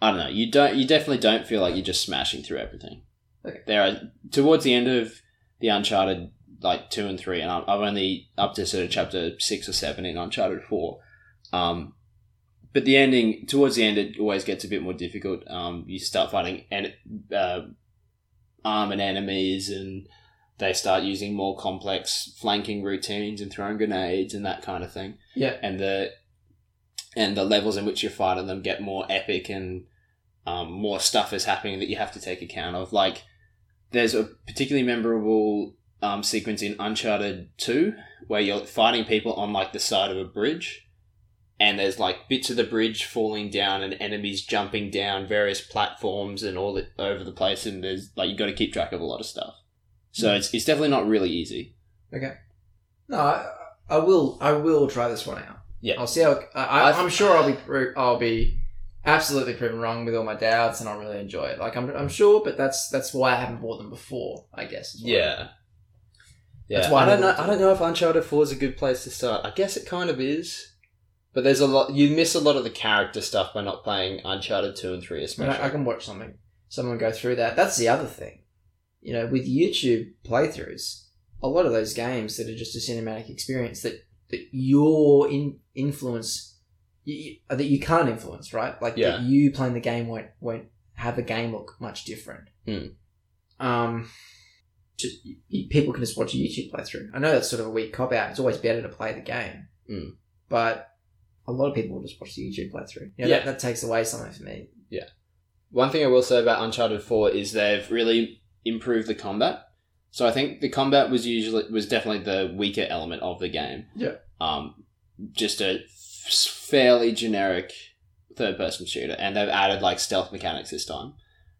A: I don't know. You don't. You definitely don't feel like you're just smashing through everything.
B: Okay.
A: There are towards the end of the Uncharted, like two and three, and I'm, I'm only up to sort of chapter six or seven in Uncharted four. Um, but the ending towards the end, it always gets a bit more difficult. Um, you start fighting and uh, armored enemies, and they start using more complex flanking routines and throwing grenades and that kind of thing
B: Yeah.
A: and the and the levels in which you're fighting them get more epic and um, more stuff is happening that you have to take account of. Like there's a particularly memorable um, sequence in Uncharted Two where you're fighting people on like the side of a bridge, and there's like bits of the bridge falling down and enemies jumping down various platforms and all that over the place, and there's like you've got to keep track of a lot of stuff. So it's it's definitely not really easy.
B: No, I, I will. I will try this one out.
A: Yeah.
B: I'll see how. I, I,
A: I've-
B: I'm sure I'll be. pro- I'll be absolutely proven wrong with all my doubts, and I'll really enjoy it. Like I'm. I'm sure, but that's that's why I haven't bought them before. I guess. is what-
A: Yeah.
B: That's why
A: I don't
B: I
A: know
B: wouldn't
A: I
B: do
A: don't know if Uncharted 4 is a good place to start. I guess it kind of is. But there's a lot you miss a lot of the character stuff by not playing Uncharted 2 and 3
B: I, mean,
A: especially.
B: I, I can watch something. Someone go through that. That's the other thing. You know, with YouTube playthroughs, a lot of those games that are just a cinematic experience that that your in influence you, you- that you can't influence, right? Like
A: Yeah.
B: that you playing the game won't won't have the game look much different.
A: Hmm.
B: Um, just y- y- people can just watch a YouTube playthrough. I know that's sort of a weak cop out. It's always better to play the game,
A: Hmm.
B: but a lot of people will just watch the YouTube playthrough. You know,
A: Yeah.
B: that, that takes away something for me.
A: One thing I will say about Uncharted 4 is they've really improved the combat. So I think the combat was usually was definitely the weaker element of the game.
B: Yeah.
A: Um just a f- fairly generic third person shooter and they've added like stealth mechanics this time.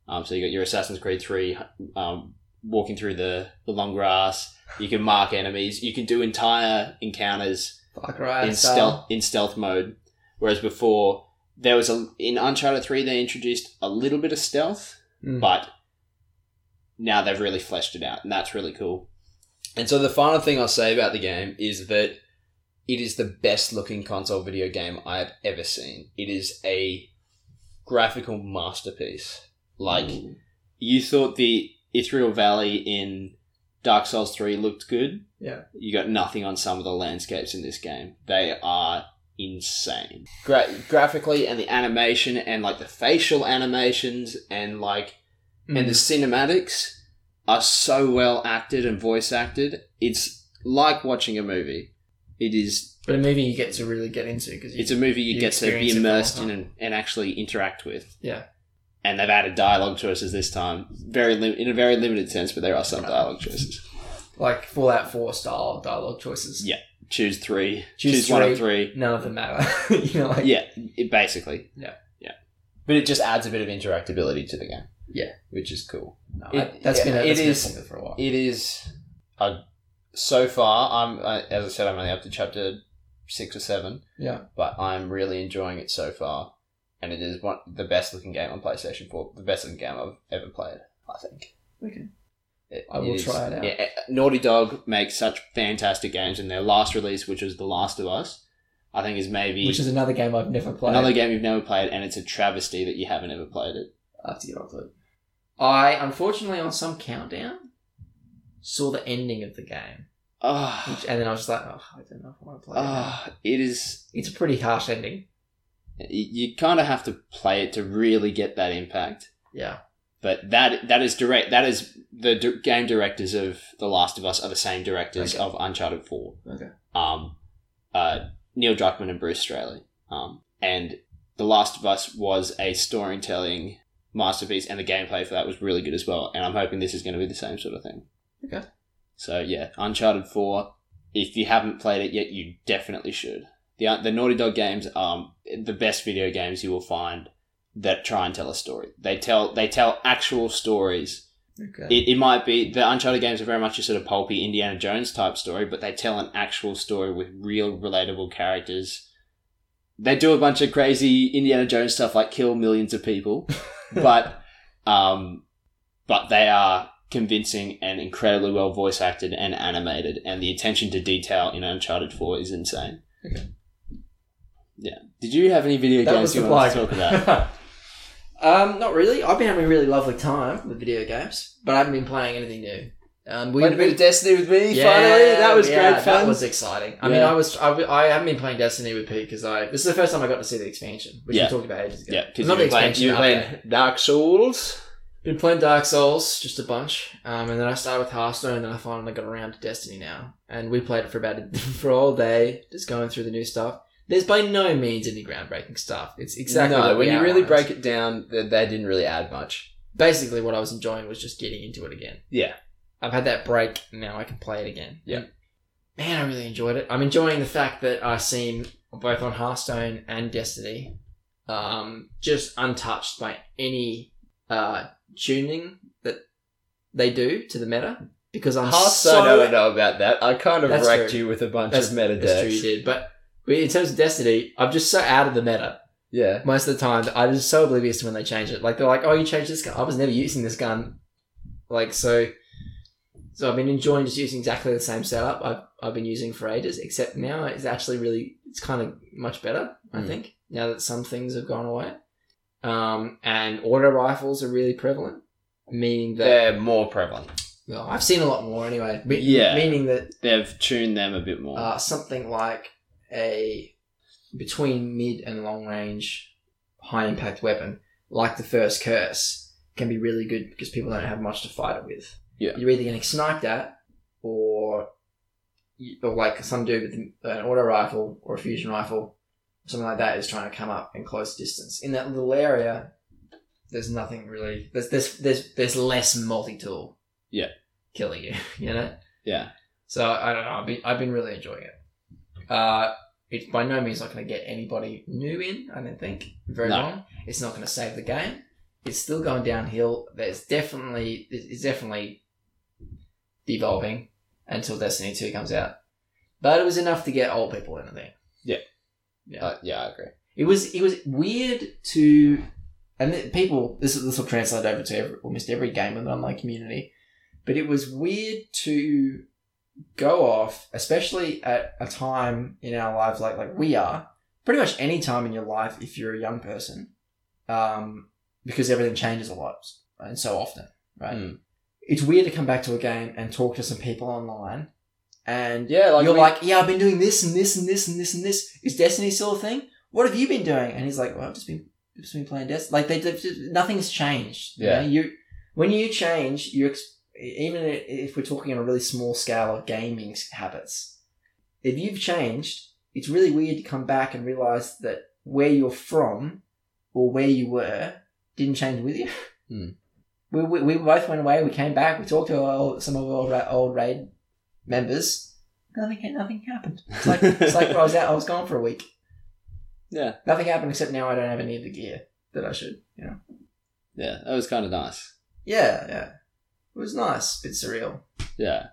A: Um so you got your Assassin's Creed 3 um, walking through the, the long grass, you can mark enemies, you can do entire encounters
B: Far Cry
A: in
B: style.
A: stealth in stealth mode. Whereas before there was a in Uncharted three they introduced a little bit of stealth,
B: Mm.
A: but now they've really fleshed it out, and that's really cool. And so the final thing I'll say about the game is that it is the best looking console video game I have ever seen. It is a graphical masterpiece. Like
B: Hmm.
A: you thought the Ithriel Valley in Dark Souls 3 looked good.
B: Yeah.
A: You got nothing on some of the landscapes in this game. They are insane. Gra- graphically and the animation and like the facial animations and like
B: Mm.
A: and the cinematics are so well acted and voice acted. It's like watching a movie. It is
B: but a movie you get to really get into because
A: it's a movie you,
B: you
A: get to be
B: experience it for the
A: immersed
B: whole
A: in
B: time.
A: and, and actually interact with.
B: Yeah.
A: And they've added dialogue choices this time, very lim- in a very limited sense, but there are some
B: Right.
A: dialogue choices.
B: like Fallout Four style dialogue choices.
A: Yeah. Choose three, choose,
B: Choose
A: one
B: three.
A: of three.
B: None of them matter. you know, like
A: yeah, it, basically.
B: Yeah.
A: yeah. But it just adds a bit of interactability to the game.
B: Yeah.
A: which is cool.
B: no,
A: It-
B: I, that's been a,
A: yeah,
B: that's
A: it
B: been a
A: is-
B: thing for a while.
A: It is. Uh, so far, I'm I, as I said, I'm only up to chapter six or seven.
B: Yeah.
A: But I'm really enjoying it so far, and it is one the best looking game on PlayStation Four. The best looking game I've ever played. I think.
B: Okay.
A: It-
B: I will
A: is-
B: try it out.
A: Yeah, eh, Naughty Dog makes such fantastic games, and their last release, which was The Last of Us, I think is maybe
B: Which is another game I've never played.
A: another game you've never played, and it's a travesty that you haven't ever played it.
B: I have to get on to it. I unfortunately on some countdown saw the ending of the game.
A: Ah,
B: Which, and then I was just like, oh, I don't know if I want to play. it now.
A: ah, it is.
B: It's a pretty harsh ending.
A: y- You kind of have to play it to really get that impact.
B: Yeah,
A: But that that is direct. That is the di- game directors of The Last of Us are the same directors
B: Okay.
A: of Uncharted Four.
B: Okay.
A: Um, uh, Neil Druckmann and Bruce Straley. Um, and The Last of Us was a storytelling masterpiece, and the gameplay for that was really good as well. And I'm hoping this is going to be the same sort of thing.
B: Okay.
A: So yeah, Uncharted Four. If you haven't played it yet, you definitely should. The the Naughty Dog games are the best video games you will find that try and tell a story. They tell they tell actual stories
B: okay,
A: it, it might be the Uncharted games are very much a sort of pulpy Indiana Jones type story, but they tell an actual story with real relatable characters. They do a bunch of crazy Indiana Jones stuff like kill millions of people, but um, but they are convincing and incredibly well voice acted and animated, and the attention to detail in Uncharted Four is insane.
B: Okay.
A: Yeah. Did you have any video
B: that was
A: games
B: the
A: you wanted
B: plug.
A: to talk about?
B: um, not really. I've been having a really lovely time with video games, but I haven't been playing anything new. Um, we
C: Played a bit of Destiny with me.
B: Yeah,
C: finally, that was
B: yeah,
C: great fun.
B: That was exciting. I mean,
A: Yeah.
B: I was I, w- I haven't been playing Destiny with Pete because I this is the first time I got to see the expansion, which
A: Yeah.
B: we talked about ages ago.
A: Yeah, 'cause
B: not
A: you
B: the
A: were playing-
B: expansion.
C: you
B: the update.
C: playing Dark Souls?
B: Been playing Dark Souls just a bunch, um, and then I started with Hearthstone, and then I finally got around to Destiny now. And we played it for about a, for all day, just going through the new stuff. There's by no means any groundbreaking stuff. It's exactly
C: No,
B: what
C: when
B: we
C: you really
B: outlined.
C: break it down, th- they didn't really add much.
B: Basically, what I was enjoying was just getting into it again.
C: Yeah.
B: I've had that break. Now I can play it again.
C: Yeah.
B: Man, I really enjoyed it. I'm enjoying the fact that I seem both on Hearthstone and Destiny, um, just untouched by any uh, tuning that they do to the meta because I'm
C: Hearthstone,
B: so
C: I don't know about that. I kind of
B: That's
C: wrecked
B: true.
C: you with a bunch
B: That's-
C: of meta
B: That's true,
C: decks.
B: you did. But in terms of Destiny, I'm just so out of the meta
C: Yeah.
B: most of the time. that I'm just so oblivious to when they change it. Like they're like, "Oh, you changed this gun. I was never using this gun." Like so, so I've been enjoying just using exactly the same setup I've I've been using for ages. Except now it's actually really it's kind of much better. I
C: Mm.
B: think now that some things have gone away, um, and auto rifles are really prevalent, meaning that
C: They're more prevalent.
B: well, I've seen a lot more anyway. Me-
A: Yeah.
B: meaning that
A: They've tuned them a bit more.
B: uh, something like a between mid and long range high impact weapon, like the first curse, can be really good because people don't have much to fight it with.
A: Yeah.
B: You're either getting sniped at, or you, or like some dude with an auto rifle or a fusion rifle, something like that, is trying to come up in close distance. In that little area, there's nothing really. There's there's there's, there's less multi tool.
A: Yeah.
B: Killing you, you know.
A: yeah.
B: So I don't know. I've been, I've been really enjoying it. Uh, it's by no means not going to get anybody new in. I don't think very
A: No.
B: long. It's not going to save the game. It's still going downhill. There's definitely it's definitely devolving until Destiny Two comes out. But it was enough to get old people in. I think.
A: Yeah.
B: Yeah.
C: Uh, yeah, I agree.
B: It was it was weird to, and th- people this this will translate over to every, almost every game in the online community, but it was weird to go off, especially at a time in our lives like like we are, pretty much any time in your life if you're a young person, um, because everything changes a lot and so often, right?
A: Hmm.
C: Mm.
B: It's weird to come back to a game and talk to some people online, and
C: Yeah, like
B: you're
C: we-
B: like, yeah, I've been doing this and this and this and this and this. Is Destiny still a thing? What have you been doing? And he's like, well, I've just been just been playing Destiny. Like they, they nothing's changed. you
C: Yeah.
B: know? You, when you change, you ex- even if we're talking on a really small scale of gaming s- habits, if you've changed, it's really weird to come back and realize that where you're from or where you were didn't change with you.
C: Hmm.
B: We, we, we both went away. We came back. We talked to our, old- some of our old, Ra- old raid members. Nothing, nothing happened. It's like, it's like I was out. I was gone for a week.
A: Yeah.
B: Nothing happened except now I don't have any of the gear that I should. You know.
A: Yeah, that was kind of nice.
B: Yeah, yeah. It was nice. Bit surreal.
A: Yeah.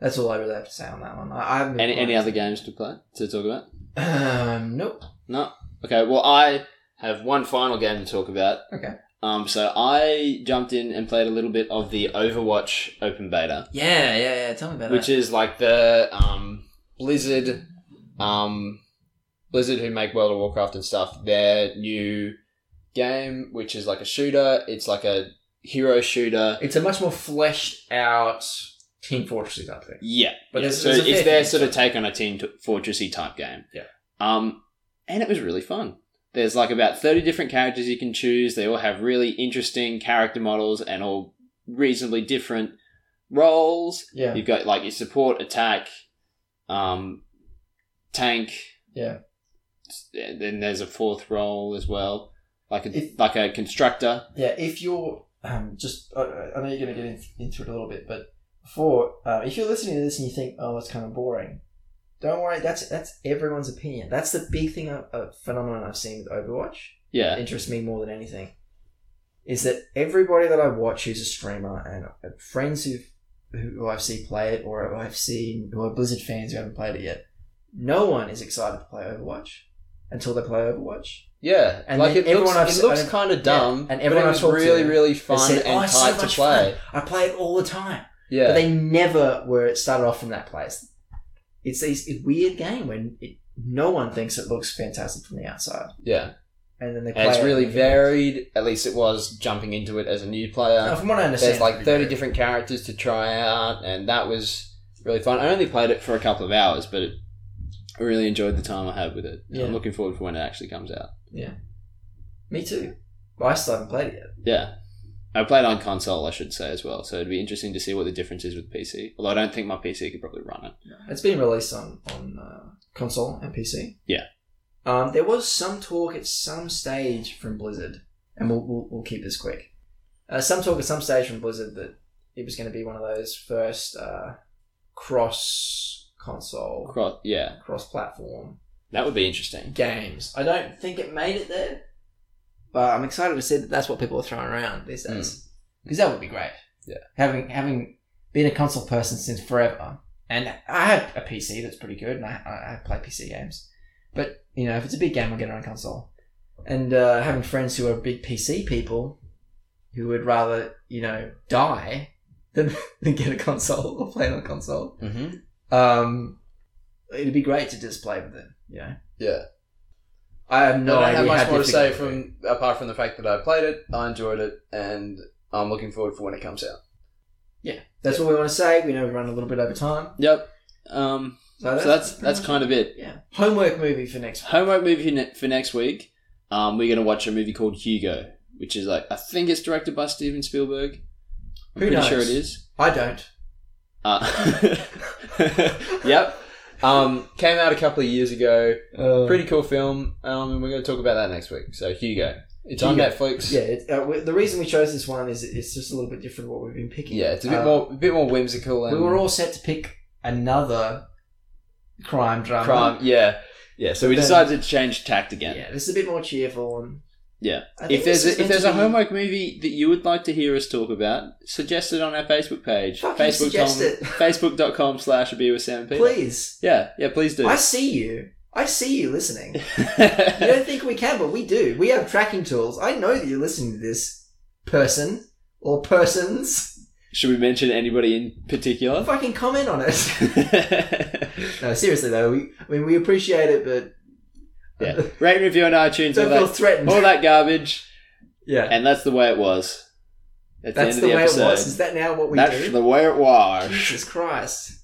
B: That's all I really have to say on that one. I, I haven't been
A: Any any
B: playing-
A: other games to play to talk about?
B: Um, nope.
A: No. Okay. Well, I have one final game to talk about.
B: Okay.
A: Um. So I jumped in and played a little bit of the Overwatch open beta,
B: Yeah, yeah, yeah. Tell me about
A: which is like the um Blizzard, um, Blizzard who make World of Warcraft and stuff. Their new game, which is like a shooter. It's like a hero shooter.
B: It's a much more fleshed out Team Fortressy type thing.
A: Yeah.
B: But there's,
A: so
B: there's a
A: it's
B: fair
A: their
B: thing.
A: sort of take on a team t- fortressy type game.
B: Yeah.
A: Um, and it was really fun. There's like about thirty different characters you can choose. They all have really interesting character models and all reasonably different roles.
B: yeah,
A: You've got like your support, attack, um, tank.
B: Yeah.
A: And then there's a fourth role as well, like a
B: If-
A: like a constructor.
B: yeah. If you're um, just, I, I know you're going to get in, into it a little bit, but before, uh, if you're listening to this and you think, oh, it's kind of boring, don't worry. That's that's everyone's opinion. That's the big thing, a uh, phenomenon I've seen with Overwatch.
A: Yeah.
B: that interests me more than anything is that everybody that I watch who's a streamer and uh, friends who've, who who I've seen play it or who I've seen who are Blizzard fans who haven't played it yet, no one is excited to play Overwatch until they play Overwatch.
C: Yeah,
B: And
C: like
B: then
C: it looks,
B: everyone I've
C: it
B: s-
C: looks
B: I've-
C: kind of dumb,
B: and
C: but
B: everyone I've
C: it was
B: talked to
C: really, really fun
B: said,
C: and
B: "Oh,
C: tight
B: it's so
C: to
B: much
C: play.
B: I play it all the time,
C: Yeah,
B: but they never were it started off from that place. It's these a weird game when it, no one thinks it looks fantastic from the outside,
C: yeah,
B: and then they play.
C: and it's
B: it
C: really
B: they-
C: varied. At least it was jumping into it as a new player.
B: Now, from what I understand,
C: There's like 30 different characters to try out, and that was really fun. I only played it for a couple of hours, but it,
A: I really enjoyed the time I had with it.
B: Yeah.
A: I'm looking forward for when it actually comes out.
B: Me too. But I still haven't played it yet.
A: Yeah. I played on console, I should say, as well. So it'd be interesting to see what the difference is with PC. Although I don't think my PC could probably run it.
B: It's been released on on uh, console and PC.
A: Yeah.
B: Um, there was some talk at some stage from Blizzard, and we'll we'll, we'll keep this quick. Uh, some talk at some stage from Blizzard that it was going to be one of those first uh, cross console,
A: Cro- yeah,
B: cross platform
A: that would be interesting.
B: games. I don't think it made it there, but I'm excited to see that that's what people are throwing around these days because that would be great.
C: Yeah.
B: having having been a console person since forever, and I have a PC that's pretty good, and I I, I play PC games, but you know if it's a big game, I'll get it on console. And uh, having friends who are big PC people who would rather you know die than than get a console or play on a console.
C: mm-hmm.
B: Um, it'd be great to display with them, you know.
C: yeah.
B: I have no
C: I don't
B: idea
C: have much
B: how
C: more to
B: difficult
C: say
B: it would be.
C: from apart from the fact that I played it, I enjoyed it, and I'm looking forward for when it comes out.
B: That's what we want to say. We know we've run a little bit over time.
A: Yep. Um,
C: Oh,
B: So that's
A: so that's
B: pretty
A: that's
B: much-
A: kind of it.
B: yeah. Homework movie for next
A: Homework movie ne- for next week. Um, we're gonna watch a movie called Hugo, which is like I think it's directed by Steven Spielberg. I'm
B: Who
A: pretty
B: knows?
A: sure it is.
B: I don't.
A: Uh, yep.
C: Um, came out a couple of years ago.
B: Uh,
C: Pretty cool film. Um, and we're going to talk about that next week. So Hugo, it's on
B: Hugo.
C: Netflix.
B: Yeah. It, uh, we- the reason we chose this one is it's just a little bit different to what we've been picking.
C: Yeah, it's a bit
B: Uh,
C: more, a bit more whimsical. And
B: We were all set to pick another crime drama.
C: crime. Yeah,
A: Yeah. So we
B: Then-
A: decided to change tact
B: Yeah.
A: again.
B: This is a bit more cheerful and.
A: Yeah.
B: I think
A: If there's
B: this
A: a,
B: is
A: if
B: meant
A: there's
B: to
A: a
B: be-
A: homework movie that you would like to hear us talk about, suggest it on our Facebook page.
B: Fucking suggest it.
A: Facebook.com slash a beer with Sam and Peter.
B: please,
A: Yeah, yeah, please do.
B: I see you. I see you listening. you don't think we can, but we do. We have tracking tools. I know that you're listening to this person or persons.
A: Should we mention anybody in particular?
B: Fucking comment on it. No, seriously though, we, I mean we appreciate it, but
A: yeah. Rate and review on iTunes, all
B: don't feel
A: that,
B: threatened.
A: all that garbage.
B: yeah,
A: And that's the way it was. At
B: that's
A: the
B: the,
A: end of the
B: way
A: episode.
B: it was. Is that now what we
A: that's
B: do?
A: the way it was.
B: Jesus Christ!